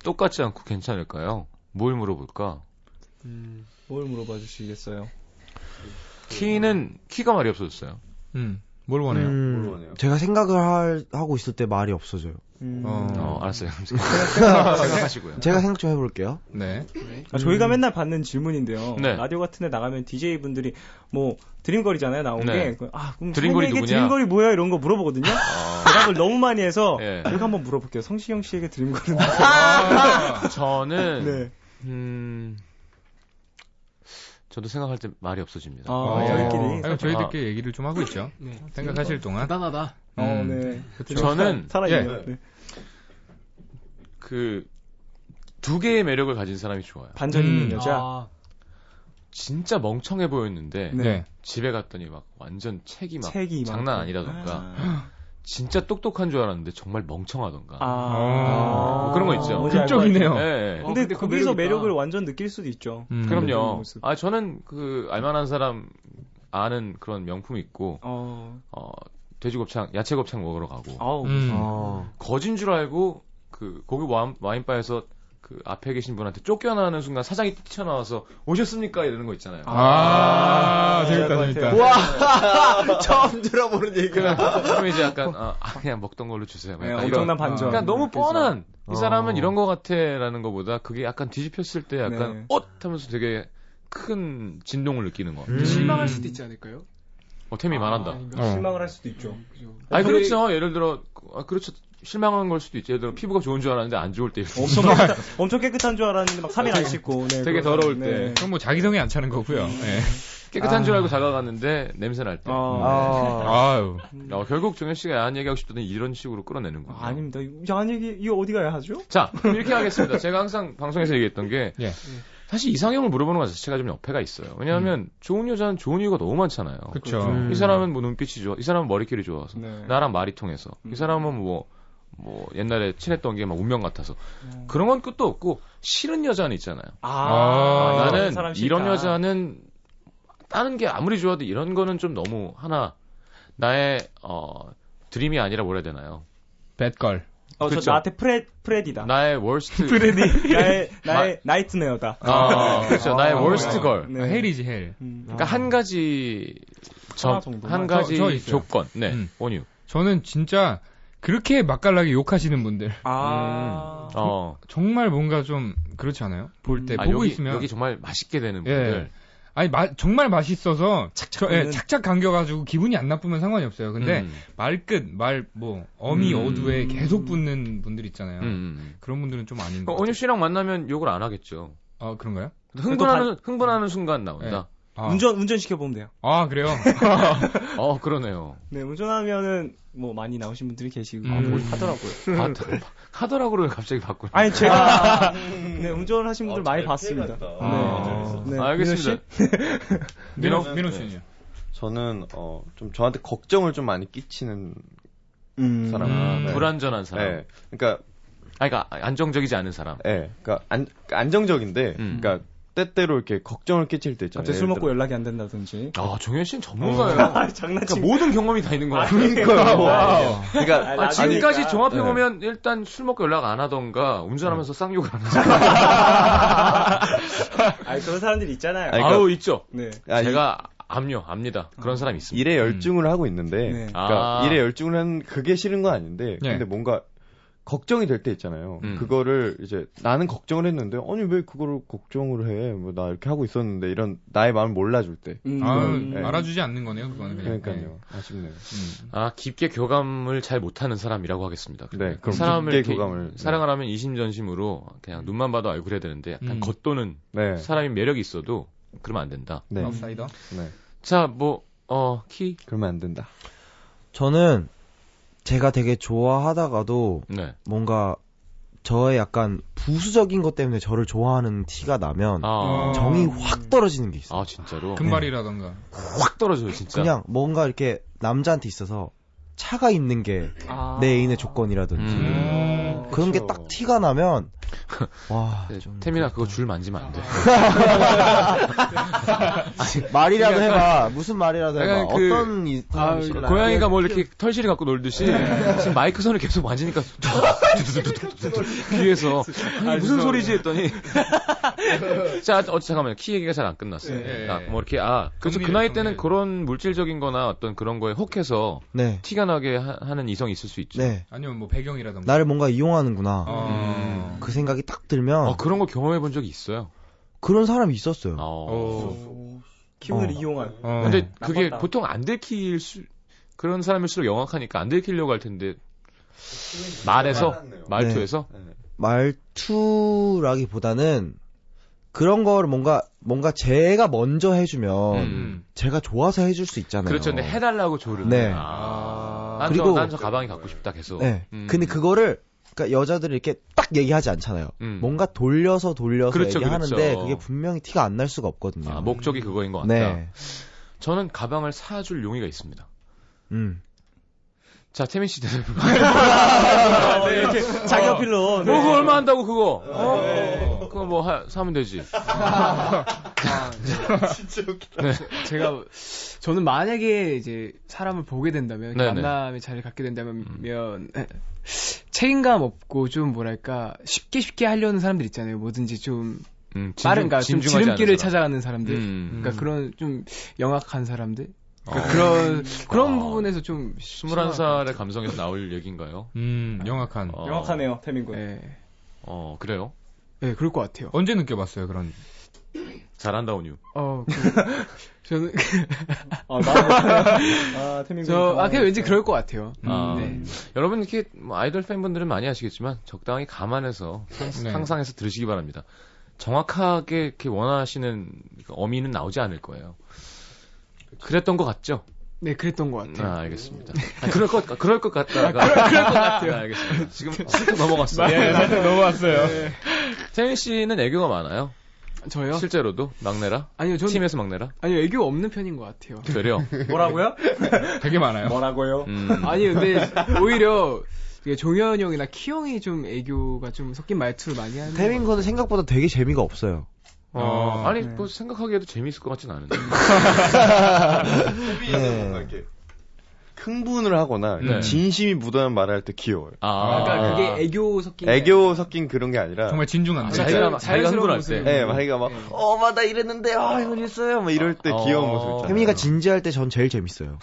A: 똑같지 않고 괜찮을까요? 뭘 물어볼까?
D: 뭘 물어봐 주시겠어요?
A: 키는 키가 말이 없어졌어요.
G: 음. 뭘 원해요?
B: 음,
F: 물론이에요.
B: 제가 생각을 할- 하고 있을 때 말이 없어져요.
D: 음.
G: 어.
A: 어,
D: [laughs]
A: 알았어요. 생각하시고요.
B: 제가 생각 좀 해볼게요.
G: 네.
D: 아, 저희가 맨날 받는 질문인데요.
A: 네.
D: 라디오 같은 데 나가면 DJ 분들이 뭐 드림걸이잖아요. 나온
A: 네.
D: 게. 그, 아, 그럼
A: 드림걸이
D: 선배에게
A: 누구냐?
D: 드림걸이 뭐야? 이런 거 물어보거든요. 대답을 너무 많이 해서
A: 예.
D: 제가 한번 물어볼게요. 성시경 씨에게 드림걸은
G: 아.
A: 저는
D: 네.
A: 음, 저도 생각할 때 말이 없어집니다.
D: 아,
G: 어,
D: 저희끼리.
G: 아니, 저희들끼리 얘기를 좀 하고 있죠.
E: 네.
G: 생각하실 동안.
E: 대단하다
D: 어,
G: 음.
D: 네.
A: 저는
D: 살아있네요.
F: 예.
D: 네.
A: 그 두 개의 매력을 가진 사람이 좋아요.
D: 반전 있는
G: 음.
D: 여자.
A: 진짜 멍청해 보였는데
D: 네.
G: 네.
A: 집에 갔더니 막 완전 책이 막
D: 책이 많고.
A: 장난 아니라던가 진짜 똑똑한 줄 알았는데 정말 멍청하던가
D: 아.
G: 아.
A: 뭐 그런 거 있죠.
D: 뭔지 알것
G: 극적이네요.
A: 예, 예.
E: 어,
D: 근데,
E: 근데 그
D: 거기서
E: 매력 있다.
D: 매력을 완전 느낄 수도 있죠.
G: 음.
D: 그런
A: 그럼요.
D: 모습.
A: 아 저는 그 알만한 사람 아는 그런 명품이 있고
D: 어.
A: 어 돼지곱창, 야채곱창 먹으러 가고
D: 아우.
G: 음.
B: 어,
A: 거진 줄 알고 그 고기 와인, 와인바에서 그 앞에 계신 분한테 쫓겨나는 순간 사장이 뛰쳐나와서 오셨습니까 이러는 거 있잖아요.
G: 아,
D: 것
G: 재밌다,
D: 같아요.
G: 재밌다.
B: 처음 들어보는 얘기.
A: 그럼 이제 약간 아, 아, 그냥 먹던 걸로 주세요.
D: 네,
A: 약간
D: 엄청난 반전.
A: 그러니까 너무
D: 그래서.
A: 뻔한 이 사람은
B: 어.
A: 이런 거 같아라는 거보다 그게 약간 뒤집혔을 때 약간
D: 네.
A: 엇 하면서 되게 큰 진동을 느끼는 거.
G: 음.
E: 실망할 수도 있지 않을까요?
A: 어, 템이 말한다.
E: 아닌가?
G: 어.
D: 실망을 할 수도 있죠.
E: 그죠.
A: 아니 그렇죠. 예를 들어 아, 그렇죠. 실망한 걸 수도 있죠. 예를 들어 피부가 좋은 줄 알았는데 안 좋을 때. 있고.
D: 엄청 깨끗한, 엄청 깨끗한 줄 알았는데 막 3일 안 씻고. 네,
A: 되게
D: 그러면,
A: 더러울
D: 네.
A: 때.
G: 그럼 뭐 자기 성에 안 차는 거고요. 예.
A: 깨끗한 줄 알고 다가갔는데 냄새 날 때.
D: 아, 음.
B: 아,
G: 아유.
A: 어, 결국 정현 씨가 야한 얘기하고 싶더니 이런 식으로 끌어내는군요.
D: 아, 닙니다 야한 얘기, 이거 어디 가야 하죠?
A: 자, 그럼 이렇게 하겠습니다. 제가 항상 방송에서 얘기했던 게
G: 예.
A: 사실 이상형을 물어보는 것 자체가 좀 어폐가 있어요. 왜냐하면
D: 음.
A: 좋은 여자는 좋은 이유가 너무 많잖아요.
G: 그쵸.
A: 이 사람은 뭐 눈빛이 좋아, 이 사람은 머리끼리 좋아서,
D: 네.
A: 나랑 말이 통해서,
D: 음.
A: 이 사람은 뭐, 뭐 옛날에 친했던 게 막 운명 같아서
D: 네.
A: 그런 건 끝도 없고 싫은 여자는 있잖아요.
G: 아,
D: 이런
A: 나는
D: 그 사람 싫다.
A: 이런 여자는 다른 게 아무리 좋아도 이런 거는 좀 너무 하나 나의 어 드림이 아니라 뭐라 해야 되나요?
G: 뱃걸.
D: 어,
A: 그쵸.
D: 저 나한테 프레,
G: 아.
D: 프레디다.
A: 나의
G: [laughs]
A: 월스트
D: [laughs] 프레디. 나의, 나의, 나이트메어다.
A: 아, 그렇죠. 나의
G: 아,
A: 월스트
G: 아,
A: 걸.
D: 네.
G: 아, 헬이지, 헬.
D: 음.
A: 그러니까 한 가지 점,
D: 하나 정도만.
A: 한 가지
G: 저- 저 있어요.
A: 조건. 네.
G: 음.
A: 온유.
G: 저는 진짜 그렇게 맛깔나게 욕하시는 분들.
D: 아.
A: 음. 어.
G: 정말 뭔가 좀 그렇지 않아요? 볼 때.
A: 아,
G: 보고
A: 여기,
G: 있으면.
A: 여기 정말 맛있게 되는
G: 예.
A: 분들.
G: 아니, 마- 정말 맛있어서. 착착, 예,
D: 있는-
G: 착착 감겨가지고 기분이 안 나쁘면 상관이 없어요. 근데
A: 음.
G: 말끝, 말, 뭐, 어미,
A: 음.
G: 어두에 계속 붙는 분들 있잖아요.
A: 음, 음.
G: 그런 분들은 좀 아닌
A: 어,
G: 것
A: 온유
G: 같아요.
A: 씨랑 만나면 욕을 안 하겠죠.
G: 아, 그런가요?
A: 흥분하는 흥분하는 순간 나온다.
G: 아, 아.
D: 운전 운전 시켜 보면 돼요.
G: 아, 그래요? 예.
A: 어, 그러네요.
D: 네, 운전하면은 뭐 많이 나오신 분들이 계시고
G: 음.
D: 뭘 하더라고요.
A: 아, 하더라고를 갑자기 바꾸네.
D: 아니
A: [laughs]
D: 제가 네 운전하신
F: 어,
D: 분들 많이 봤습니다.
A: 아,
D: 네,
A: 알겠습니다. 민호
G: 민호, 민호 씨는요?
F: 저는 어, 좀 저한테 걱정을 좀 많이 끼치는
D: 음.
F: 사람.
G: 음,
F: 네.
A: 불안전한 사람.
F: 네. 그러니까
A: 아, 그러니까 안정적이지 않은 사람.
F: 예. 그러니까 안 안정적인데
A: 음.
F: 그러니까 때때로 이렇게 걱정을 끼칠 때 있잖아요.
D: 갑자기 술
F: 예를
D: 먹고 연락이 안 된다든지.
A: 아, 정현 씨는
G: 아,
A: 전문가예요. 그러니까
D: 장난치고
A: 모든 경험이 다 있는 거야.
G: 그러니까
F: 들어. 그러니까
A: 아, 지금까지
D: 아니까.
A: 종합해
F: 네. 음.
A: 보면 일단 술 먹고 연락 안 하던가 운전하면서
F: [laughs]
A: 쌍욕을 하는 사람.
F: 그러니까
D: 아 그런 사람들이 있잖아요.
F: 아니, 그러니까-
A: 아우 있죠.
D: 네.
F: 아,
A: 제가 압류 압니다. 그런 사람
F: 이-
A: 있습니다.
F: 일에 열중을 하고 있는데
D: 네.
F: 그러니까
A: 음. 아.
F: 일에 열중을 하는 그게 싫은 건 아닌데
G: 네.
F: 근데 뭔가 걱정이 될 때 있잖아요.
A: 음.
F: 그거를 이제 나는 걱정을 했는데 아니 왜 그거를 걱정을 해? 뭐 나 이렇게 하고 있었는데 이런 나의 마음을 몰라줄 때.
D: 음,
G: 아,
F: 음. 네.
G: 알아주지 않는 거네요, 음. 그거는 그냥.
F: 그러니까요. 아쉽네요.
A: 아 깊게 교감을 잘 못하는 사람이라고 하겠습니다.
F: 네,
A: 그
F: 그럼
A: 사람을
F: 깊게
A: 이렇게
F: 교감을. 네.
A: 사랑을 하면 이심전심으로 그냥 눈만 봐도 알고 그래야 되는데 약간
G: 음.
A: 겉도는
F: 네.
A: 사람이 매력이 있어도 그러면 안 된다.
F: 네.
D: 음.
F: 네.
G: 아웃사이더.
F: 네.
A: 자, 뭐 어, 키.
F: 그러면 안 된다.
B: 저는 제가 되게 좋아하다가도
A: 네.
B: 뭔가 저의 약간 부수적인 것 때문에 저를 좋아하는 티가 나면
A: 아.
G: 어.
F: 음.
B: 정이 확 떨어지는 게 있어요.
A: 아, 진짜로.
G: 금발이라던가.
A: 확 떨어져요, 아, 진짜.
B: 그냥 뭔가 이렇게 남자한테 있어서 차가 있는 게 내
E: 음.
D: 아.
B: 애인의 조건이라든지
A: 음.
B: 그런
F: 그쵸.
B: 게 딱
A: [laughs]
B: 티가 나면 와
A: 네,
B: 좀
A: 태민아 그거 줄 만지면 안 돼.
B: 말이라도 해봐 무슨 말이라도 해봐
A: 약간 그-
B: 어떤 이,
A: 아,
B: 사람이 싫어요?
A: 고양이가 뭐 이렇게 털실이 갖고 놀듯이 지금 마이크 선을 계속 만지니까 귀에서 아니, 무슨 소리지 했더니 [laughs] 자 어, 잠깐만요 키 얘기가 잘 안 끝났어요.
G: 예, 예.
A: 아, 뭐 이렇게 아 그래서 그
G: 정리를,
A: 나이 때는
G: 정리를.
A: 그런 물질적인거나 어떤 그런 거에 혹해서
B: 네
A: 티가 나게 하, 는 이성이 있을 수 있죠.
B: 네.
G: 아니면 뭐 배경이라던가.
B: 나를 뭔가 이용하는구나
G: 어.
A: 음.
B: 그 생각이 딱 들면
A: 어, 그런 거 경험해 본 적이 있어요.
B: 그런 사람이 있었어요
A: 어.
G: 어.
D: 기운을
B: 어.
D: 이용한.
G: 어.
A: 근데
B: 네.
A: 그게
D: 나빴다.
A: 보통 안 들킬 수 그런 사람일수록 영악하니까 안 들키려고 할 텐데 말에서 말투에서
F: 네.
B: 말투라기보다는 그런 걸 뭔가 뭔가 제가 먼저 해주면
A: 음.
B: 제가 좋아서 해줄 수
E: 어.
B: 있잖아요.
A: 그렇죠. 근데 해달라고 조르는.
B: 네.
A: 아. 난
B: 그리고-
A: 저, 난저 가방이 갖고 싶다 계속.
B: 네.
A: 음.
B: 근데 그거를 그러니까 여자들이 이렇게 딱 얘기하지 않잖아요.
A: 음.
B: 뭔가 돌려서 돌려서
A: 그렇죠,
B: 얘기하는데
A: 그렇죠.
B: 그게 분명히 티가 안 날 수가 없거든요.
A: 아, 목적이 그거인 것 같다.
B: 네.
A: 저는 가방을 사줄 용의가 있습니다.
B: 음.
A: 자, 태민 씨
E: [laughs]
A: 대답해 봐.
D: 네, 이렇게 자기 어필로. 네.
A: 뭐, 그거 얼마 한다고, 그거? 어? 그거 뭐, 하, 사면 되지.
E: 아, 네. 제가 저는 만약에 이제 사람을 보게 된다면 이렇게
A: 네네. 음.
E: 만남의 자리를 갖게 된다면 책임감 없고 좀 뭐랄까 쉽게 쉽게 하려는 사람들 있잖아요. 뭐든지 좀
A: 음, 진중-
E: 빠른가 좀
A: 진중하지 않은
E: 지름길을
A: 사람.
E: 찾아가는 사람들.
A: 음.
E: 그러니까 그런 좀 영악한 사람들. 그러니까
A: 어.
E: 그런 그런
A: 어.
E: 부분에서 좀 심한-
A: 21살의 감성에서 나올 얘기인가요?
G: 음, 영악한.
A: 어.
D: 명확하네요, 태민 군.
E: 예.
A: 어, 그래요.
E: 예, 그럴 것 같아요.
G: 언제 느껴봤어요, 그런.
A: 잘한다, 온유.
E: 어,
A: [laughs]
E: 그, 저는
D: 아, 나도. 아, 태민 군.
E: 저, 아,
D: 당황했어요.
E: 그냥
D: [laughs]
E: 왠지 그럴 것 같아요.
A: 아,
E: 네.
A: 여러분 이렇게 뭐 아이돌 팬분들은 많이 아시겠지만 적당히 감안해서
G: 네.
A: 상상해서 들으시기 바랍니다. 정확하게 이렇게 원하시는 그 어미는 나오지 않을 거예요. 그랬던 것 같죠?
E: 네, 그랬던 것 같아요.
A: 아, 알겠습니다. 아, 그럴 것 같- 그럴 것 같다가 그럴 것 같아요. 알겠습니다. 지금
E: 네.
A: 슬쩍 넘어갔어요. 네.
G: 넘어왔어요.
A: 태민 씨는 애교가 많아요.
E: 저요?
A: 네. 실제로도 막내라
E: 아니요, 저는
A: 팀에서 막내라
E: 아니요, 애교 없는 편인 것 같아요.
A: 되려.
D: 뭐라고요?
G: 되게 많아요.
D: 뭐라고요?
A: 음.
E: 아니 근데 오히려 이게 종현 형이나 키 형이 좀 애교가 좀 섞인 말투를 많이 하는
B: 태민
E: 것
B: 거는 생각보다 되게 재미가 없어요.
A: 어,
E: 네.
A: 아니 뭐 생각하기에도 재미있을 것 같진 않은데.
E: 그러니까
B: 네.
F: 소비에는 뭔가 음. 이렇게 흥분을 하거나
A: 네.
F: 진심이 묻어난 말을 할 때 귀여워요.
A: 아,
E: 같아요. 그러니까 그게 애교
A: 음.
E: 섞인
F: 애교 섞인 그런 게 아니라
G: 정말 진중한데.
A: 자기가 자기가
E: 자연스러운
A: 흥분할
E: 모습이-
A: 때.
F: 예, 마이가 막 어마 나 이랬는데 아 이건 있어요 막 이럴 때
A: 음. 어.
F: 귀여운 모습 있잖아요.
B: 태민이가 진지할 때 전
A: [laughs]
B: 제일 재밌어요.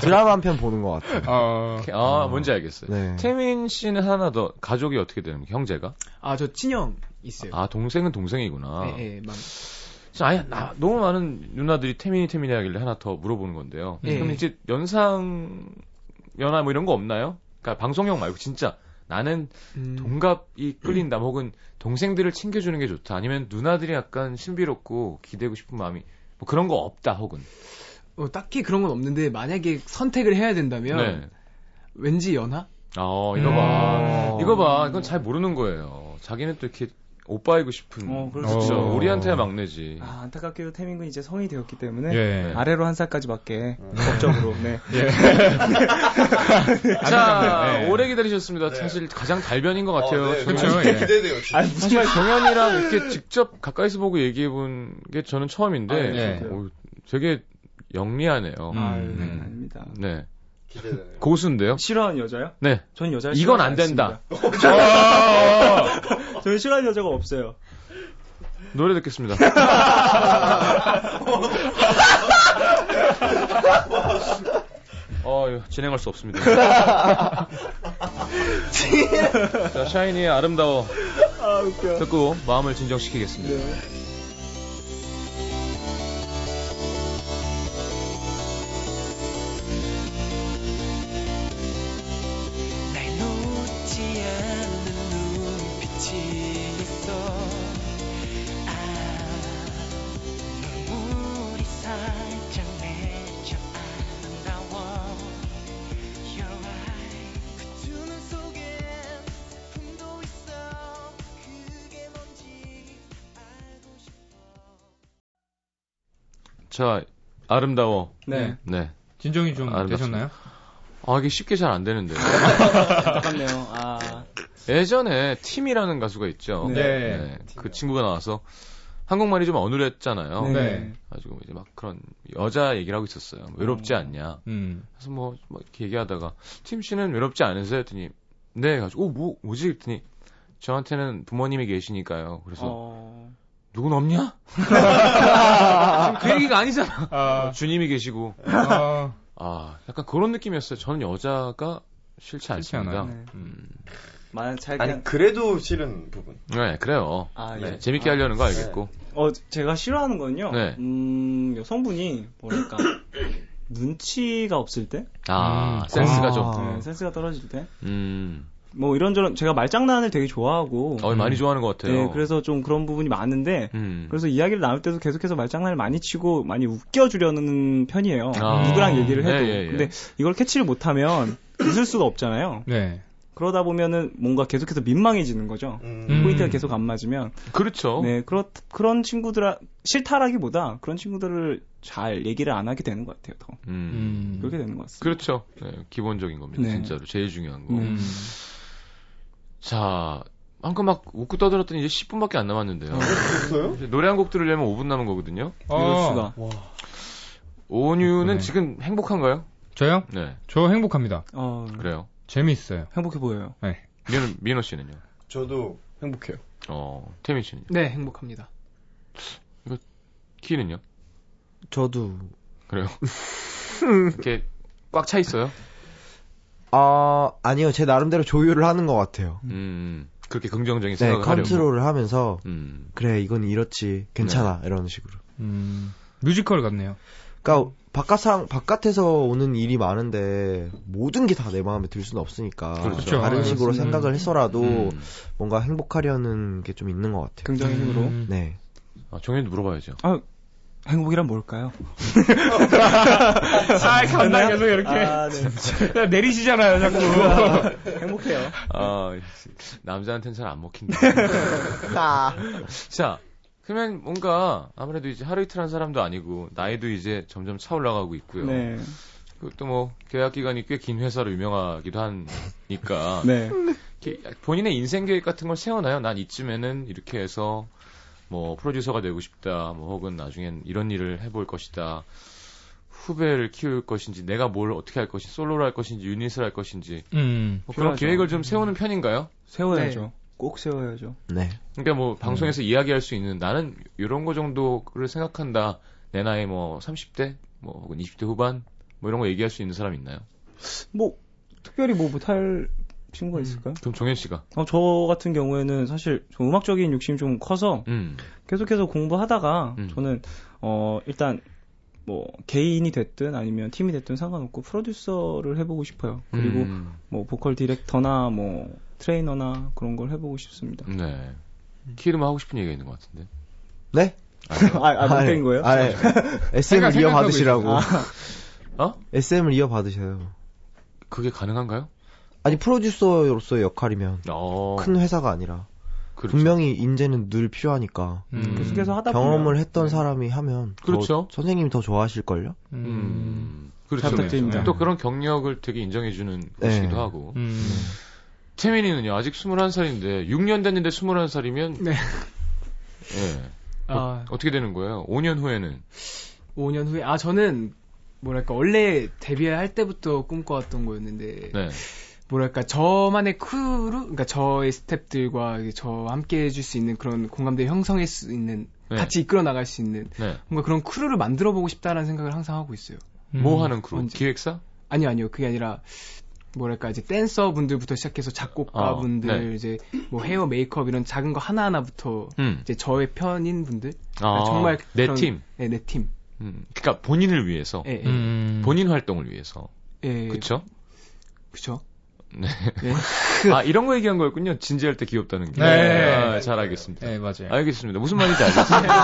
B: 드라마 한 편 보는 것 같아요.
G: 어.
A: 아, 뭔지 알겠어요.
B: 네.
A: 태민 씨는 하나 더 가족이 어떻게 되는 거예요? 형제가?
E: 아저 친형 있어요.
A: 아 동생은 동생이구나.
E: 예, 예, 막.
A: 자, 아니 나 너무 많은 누나들이 태민이 태민이 하길래 하나 더 물어보는 건데요.
E: 예.
A: 그럼 이제 연상 연하 뭐 이런 거 없나요? 그러니까 방송형 말고 진짜 나는
E: 음.
A: 동갑이 끌린다 혹은 동생들을 챙겨주는 게 좋다 아니면 누나들이 약간 신비롭고 기대고 싶은 마음이 뭐 그런 거 없다 혹은
E: 어, 딱히 그런 건 없는데 만약에 선택을 해야 된다면
A: 네.
E: 왠지 연하?
A: 어 이거 봐 이거 봐 이건 잘 모르는 거예요 자기는 또 이렇게 오빠이고 싶은
D: 어, 그럴 수
A: 그렇죠
G: 있죠.
A: 우리한테야 막내지
D: 아, 안타깝게도 태민군 이제 성인이 되었기 때문에
G: 예.
D: 네. 아래로 한 살까지 맞게 법적으로 네.
A: 자
G: 네.
A: 오래 기다리셨습니다 사실 가장 달변인 것 같아요
F: 어, 네,
A: 정말.
G: 그렇죠. 예.
F: 기대돼요. 진짜.
A: 정말 정현이랑 이렇게 직접 가까이서 보고 얘기해 본 게 저는 처음인데
G: 네.
A: 어, 되게 영리하네요.
G: 음.
D: 아유, 네, 아닙니다.
A: 네.
F: 기대되네요.
A: 고수인데요.
D: 싫어하는 여자요?
A: 네.
D: 전 여자
A: 이건 안 된다. 어!
D: 저는 싫어하는 여자가 없어요.
A: [laughs] 노래 듣겠습니다. 어, 이거 진행할 수 [laughs] 없습니다. 자, 샤이니의 아름다워
D: 아 웃겨.
A: 듣고 마음을 진정시키겠습니다.
D: 네.
H: 날 놓지 않는 눈빛이 있어 아 눈물이 살짝 아, 맺혀 아름다워 Your eyes 그 두 눈 속엔 슬픔도 있어 그게 뭔지 알고 싶어
A: 자, 아름다워.
D: 네.
A: 네.
G: 진정이 좀
A: 아,
G: 되셨나요?
A: 아, 이게 쉽게 잘 안 [laughs] 되는데.
D: 안타깝네요. 아.
A: 예전에 팀이라는 가수가 있죠.
G: 네.
A: 네, 그 친구가 나와서 한국말이 좀 어눌했잖아요.
G: 네.
A: 가지고 이제 막 그런 여자 얘기를 하고 있었어요. 외롭지 않냐.
G: 음.
A: 그래서 뭐, 막 이렇게 얘기하다가 팀 씨는 외롭지 않으세요? 했더니 네 가지고 어, 뭐 뭐지? 했더니 저한테는 부모님이 계시니까요. 그래서
D: 어.
A: 누군 없냐? 지금 그 얘기가 아니잖아.
G: 아,
A: 주님이 계시고
G: 아,
A: 아 약간 그런 느낌이었어요. 저는 여자가 싫지
G: 싫지
A: 않습니다.
G: 않아요.
A: 음.
D: 만 잘
F: 아니
D: 그냥
F: 그래도 싫은 부분.
A: 네 그래요.
D: 아,
A: 네,
D: 예.
A: 재밌게 하려는 거 알겠고
D: 어 제가 싫어하는 건요.
A: 네.
D: 음 여성분이
A: [coughs]
D: 뭐랄까 눈치가 없을 때,
A: 아
G: 음.
A: 센스가
B: 아.
A: 좀
D: 네, 센스가 떨어질 때,
A: 음.
D: 뭐 이런저런 제가 말장난을 되게 좋아하고.
A: 어, 많이 좋아하는 것 같아요.
D: 네, 그래서 좀 그런 부분이 많은데
A: 음.
D: 그래서 이야기를 나눌 때도 계속해서 말장난을 많이 치고 많이 웃겨주려는 편이에요.
A: 아.
D: 누구랑 얘기를
A: 예,
D: 해도.
A: 예, 예.
D: 근데 이걸 캐치를 못하면 웃을 수가 없잖아요.
G: 네.
D: 그러다 보면은 뭔가 계속해서 민망해지는 거죠.
F: 음.
D: 포인트가 계속 안 맞으면.
A: 그렇죠.
D: 네, 그렇, 그런 친구들, 싫다라기보다 그런 친구들을 잘 얘기를 안 하게 되는 것 같아요, 더.
A: 음.
G: 음.
D: 그렇게 되는 것 같습니다.
A: 그렇죠. 네, 기본적인 겁니다.
D: 네.
A: 진짜로 제일 중요한 거.
G: 음.
A: 자, 방금 막 웃고 떠들었더니 이제 10분밖에 안
F: 아,
A: 남았는데요.
F: 없어요?
A: 이제 노래 한 곡 들으려면 5분 남은 거거든요.
D: 이럴
G: 어,
D: 수가.
A: 온유는
G: 네.
A: 지금 행복한가요?
G: 저요?
A: 네,
G: 저 행복합니다.
D: 어,
F: 음.
A: 그래요.
G: 재미있어요.
D: 행복해 보여요.
A: 민호, 민호 씨는요?
F: 저도 행복해요.
A: 어, 태민 씨는요?
E: 네, 행복합니다.
A: 키는요?
B: [laughs] 저도
F: [laughs]
A: 그래요. 이렇게 꽉 차 있어요?
B: 아 아니요 제 나름대로 조율을 하는 것 같아요.
A: 음, 그렇게 긍정적인
B: 네
A: 생각을 하려고.
B: 컨트롤을 하면서
A: 음,
B: 그래 이건 이렇지 괜찮아 이런 식으로.
G: 음. 뮤지컬 같네요.
B: 그러니까 바깥상 바깥에서 오는 일이 많은데 모든 게 다 내 마음에 들 수는 없으니까
A: 그렇죠.
B: 다른 식으로
G: 음.
B: 생각을 했어라도
A: 음.
B: 뭔가 행복하려는 게 좀 있는 것 같아요.
D: 긍정의 힘으로.
G: 음.
B: 네.
A: 아, 정현이도 물어봐야죠.
D: 행복이란 뭘까요?
G: 아, 간다, 계속 이렇게.
D: 아, 네.
G: [laughs] 내리시잖아요, 자꾸.
D: [laughs] 행복해요.
A: 아, 남자한테는 잘 안
D: [laughs]
A: 먹힌다.
B: 아.
A: 자, 그러면 뭔가 아무래도 이제 하루 이틀 한 사람도 아니고 나이도 이제 점점 차올라가고 있고요.
D: 네.
A: 그것도 뭐 계약 기간이 꽤 긴 회사로 유명하기도 하니까
D: [laughs] 네.
A: 이렇게 본인의 인생 계획 같은 걸 세워놔요. 난 이쯤에는 이렇게 해서 뭐 프로듀서가 되고 싶다. 뭐 혹은 나중엔 이런 일을 해볼 것이다. 후배를 키울 것인지 내가 뭘 어떻게 할 것인지 솔로로 할 것인지 유닛을 할 것인지
G: 음.
A: 뭐 그런
D: 필요하죠.
A: 계획을 좀 세우는 편인가요?
D: 세워야죠. 꼭 세워야죠.
B: 네.
A: 그러니까 뭐 방송에서 이야기할 수 있는 나는 이런 거 정도를 생각한다. 내 나이 뭐 30대 뭐 혹은 20대 후반 뭐 이런 거 얘기할 수 있는 사람 있나요?
D: 뭐 특별히 뭐 못할 친구가 있을까요?
A: 그럼 종현 씨가
D: 어, 저 같은 경우에는 사실 좀 음악적인 욕심이 좀 커서
A: 음.
D: 계속해서 공부하다가
A: 음.
D: 저는 어 일단 뭐 개인이 됐든 아니면 팀이 됐든 상관없고 프로듀서를 해보고 싶어요. 그리고
A: 음.
D: 뭐 보컬 디렉터나 뭐 트레이너나 그런 걸 해보고 싶습니다.
A: 네. 키름 하고 싶은 얘기가 있는 것 같은데.
B: 네?
D: 아, 아, 못된 거예요?
B: 아, [laughs] 예. SM을
G: 생각-
B: 이어
G: 생각하고
B: 받으시라고.
A: 어?
B: SM을 이어 받으셔요.
A: 그게 가능한가요?
B: 아니 프로듀서로서의 역할이면
A: 어.
B: 큰 회사가 아니라
A: 그렇죠.
B: 분명히 인재는 늘 필요하니까
G: 음.
D: 계속해서 하다 보면
B: 경험을 했던 사람이 하면 더-
A: 그렇죠.
B: 선생님이 더 좋아하실걸요?
G: 음.
A: 음. 그렇죠.
G: 잘 부탁드립니다.
A: 또 그런 경력을 되게 인정해주는
B: 네.
A: 곳이기도 하고.
G: 음.
A: 채민이는요, 아직 21살인데, 6년 됐는데 21살이면.
E: 네.
A: 예.
E: 아,
A: 어떻게 되는 거예요? 5년 후에는.
E: 5년 후에 아 저는 뭐랄까 원래 데뷔할 때부터 꿈꿔왔던 거였는데
A: 네.
E: 뭐랄까 저만의 크루 그러니까 저의 스탭들과 저 함께 해줄 수 있는 그런 공감대 형성할 수 있는
A: 네.
E: 같이 이끌어 나갈 수 있는
A: 네.
E: 뭔가 그런 크루를 만들어 보고 싶다라는 생각을 항상 하고 있어요.
G: 음.
A: 뭐 하는 그룹?
E: 언제?
A: 기획사?
E: 아니요 아니요 그게 아니라 뭐랄까 이제 댄서 분들부터 시작해서 작곡가
A: 어,
E: 분들
A: 네.
E: 이제 뭐 헤어 메이크업 이런 작은 거 하나 하나부터
A: 음.
E: 이제 저의 편인 분들
A: 아,
E: 정말
A: 내
E: 그런-
A: 팀.
E: 네, 내 팀.
A: 음. 그러니까 본인을 위해서.
E: 예, 예,
G: 음.
A: 본인 활동을 위해서.
E: 예,
A: 그쵸?
E: 그쵸.
A: 네.
E: 네.
A: 아, 이런 거 얘기한 거였군요. 진지할 때 귀엽다는 게.
G: 네.
A: 아, 잘 알겠습니다.
G: 네, 맞아요.
A: 알겠습니다. 무슨 말인지 알겠습니다.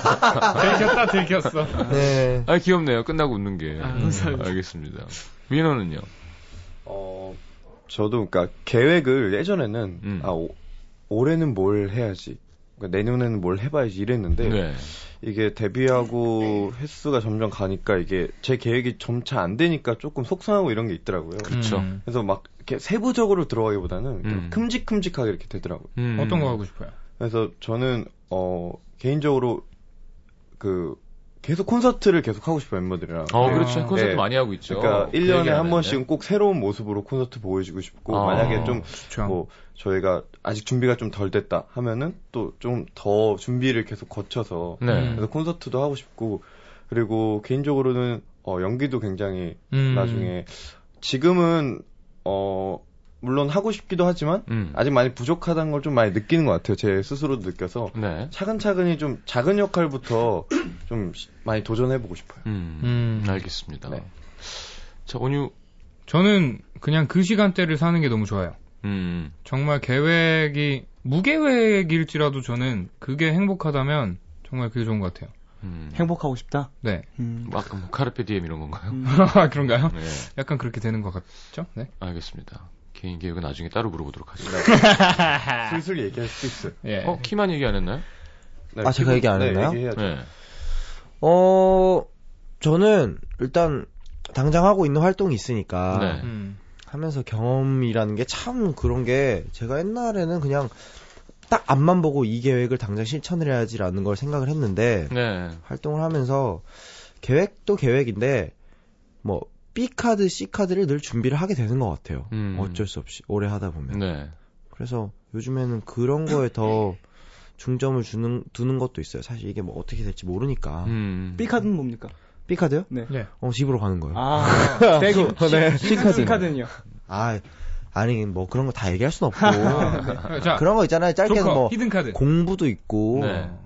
G: 들켰다, 들켰어.
B: 네.
A: 아, 귀엽네요. 끝나고 웃는 게. 음,
E: 아, 감사합니다.
A: 알겠습니다. 민호는요?
F: 어, 저도 그러니까 계획을 예전에는
A: 음.
F: 아 오- 올해는 뭘 해야지, 그러니까 내년에는 뭘 해봐야지 이랬는데
A: 네.
F: 이게 데뷔하고 횟수가 점점 가니까 이게 제 계획이 점차 안 되니까 조금 속상하고 이런 게 있더라고요.
A: [laughs] 그렇죠.
G: 음.
F: 그래서 막 이렇게 세부적으로 들어가기보다는 좀
A: 음.
F: 큼직큼직하게 이렇게 되더라고요.
A: 음.
G: 어떤 거 하고 싶어요?
F: 그래서 저는 어 개인적으로 그 계속 콘서트를 계속 하고 싶어요 멤버들이랑.
A: 어, 그렇죠.
G: 아,
A: 콘서트
F: 네.
A: 많이 하고 있죠.
F: 그러니까
A: 그
F: 1년에
A: 얘기를
F: 한 번씩은
A: 하는데.
F: 꼭 새로운 모습으로 콘서트 보여주고 싶고
A: 아.
F: 만약에 좀
G: 좋죠.
F: 뭐 저희가 아직 준비가 좀 덜 됐다 하면은 또 좀 더 준비를 계속 거쳐서
A: 네.
F: 그래서 콘서트도 하고 싶고 그리고 개인적으로는 어 연기도 굉장히
G: 음.
F: 나중에 지금은 어 물론 하고 싶기도 하지만
A: 음.
F: 아직 많이 부족하다는 걸 좀 많이 느끼는 것 같아요 제 스스로도 느껴서
A: 네.
F: 차근차근히 좀 작은 역할부터 좀 시- 많이 도전해보고
A: [laughs]
F: 싶어요
A: 음.
G: 음.
A: 알겠습니다.
F: 네.
A: 자, 온유.
G: 저는 그냥 그 시간대를 사는 게 너무 좋아요.
A: 음.
G: 정말 계획이 무계획일지라도 저는 그게 행복하다면 정말 그게 좋은 것 같아요.
A: 음.
D: 행복하고 싶다.
G: 네. [laughs]
D: 음.
A: 뭐 아까 뭐 카르페디엠 이런 건가요?
G: 그런가요?
A: 네.
G: 약간 그렇게 되는 것 같죠? 네.
A: 알겠습니다. 개인 계획은 나중에 따로 물어보도록 하죠.
F: 슬슬 얘기할 수도 있어요
G: 예.
A: 어, 키만 얘기 안 했나요?
F: 네,
B: 아, 제가 얘기 안
F: 네,
B: 했나요?
F: 얘기해야죠.
A: 네.
B: 어, 저는 일단 당장 하고 있는 활동이 있으니까
A: 네.
G: 음.
B: 하면서 경험이라는 게 참 그런 게 제가 옛날에는 그냥 딱 앞만 보고 이 계획을 당장 실천을 해야지라는 걸 생각을 했는데
A: 네.
B: 활동을 하면서 계획도 계획인데 뭐 B 카드, C 카드를 늘 준비를 하게 되는 것 같아요.
A: 음.
B: 어쩔 수 없이 오래 하다 보면.
A: 네.
B: 그래서 요즘에는 그런 거에 더 중점을 주는 두는 것도 있어요. 사실 이게 뭐 어떻게 될지 모르니까.
A: 음.
D: B카드는 뭡니까?
B: B 카드요?
G: 네.
B: 어 집으로 가는 거예요.
D: 아, [laughs] 대구. 네. C카드는요?
B: 아, 아니 뭐 그런 거 다 얘기할 순 없고
G: 어, 자,
B: 그런 거 있잖아요. 짧게
G: 조커, 네.
B: 뭐
G: 히든 카드.
B: 공부도 있고
A: 네.
B: 내가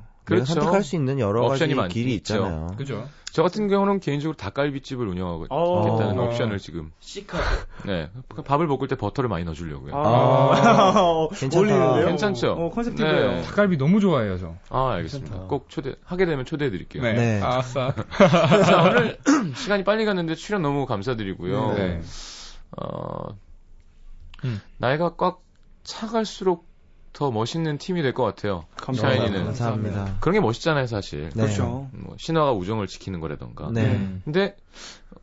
A: 그렇죠.
B: 선택할 수 있는 여러 가지
A: 옵션이 많-
B: 길이
A: 있죠.
B: 있잖아요.
G: 그죠?
A: 저 같은 경우는 개인적으로 닭갈비집을 운영하고
D: 어.
A: 있다는
B: 어.
A: 옵션을 지금.
F: C카드
A: [laughs] 네. 밥을 먹을 때 버터를 많이 넣어주려고요.
D: 아,
B: 아. 괜찮다.
D: [laughs] 어울리는데요?
A: 괜찮죠?
D: 어, 컨셉
A: 네.
D: 이거예요.
G: 닭갈비 너무 좋아해요, 저.
A: 아, 알겠습니다.
F: 괜찮다.
A: 꼭 초대, 하게 되면 초대해 드릴게요.
B: 네.
G: 아싸.
A: [laughs] 자, 오늘 [clears throat] 시간이 빨리 갔는데 출연 너무 감사드리고요.
G: 네.
A: 어,
G: 음.
A: 나이가 꽉 차갈수록 더 멋있는 팀이 될 것 같아요.
D: 감사합니다.
A: 샤이니는.
B: 감사합니다.
A: 그런 게 멋있잖아요, 사실.
B: 네.
D: 그렇죠.
A: 뭐, 신화가 우정을 지키는 거라던가.
B: 네.
G: 음.
A: 근데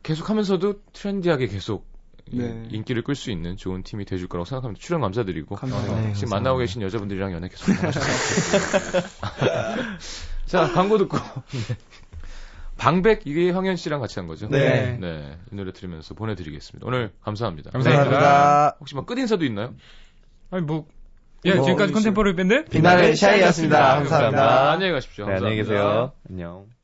A: 계속 하면서도 트렌디하게 계속 이-
D: 네.
A: 인기를 끌 수 있는 좋은 팀이 되줄 거라고 생각합니다. 출연 감사드리고.
D: 감사합니다.
B: 네,
A: 지금
B: 감사합니다.
A: 만나고 계신 여자분들이랑 연애 계속 하셨으면 좋겠어요. [laughs] 자, 광고 듣고. 네. 방백, 이게 황현 씨랑 같이 한 거죠?
B: 네.
A: 네. 이 노래 들으면서 보내드리겠습니다. 오늘 감사합니다.
G: 감사합니다.
A: 혹시 뭐 끝인사도 있나요?
G: 아니, 뭐. 예,
B: 뭐,
G: 지금까지
B: 있어요.
G: 컨템포러리 밴드?
B: 비나의 샤이였습니다.
A: 아,
B: 네, 감사합니다.
A: 안녕히 가십시오.
F: 네, 안녕히
A: 감사합니다.
F: 계세요 안녕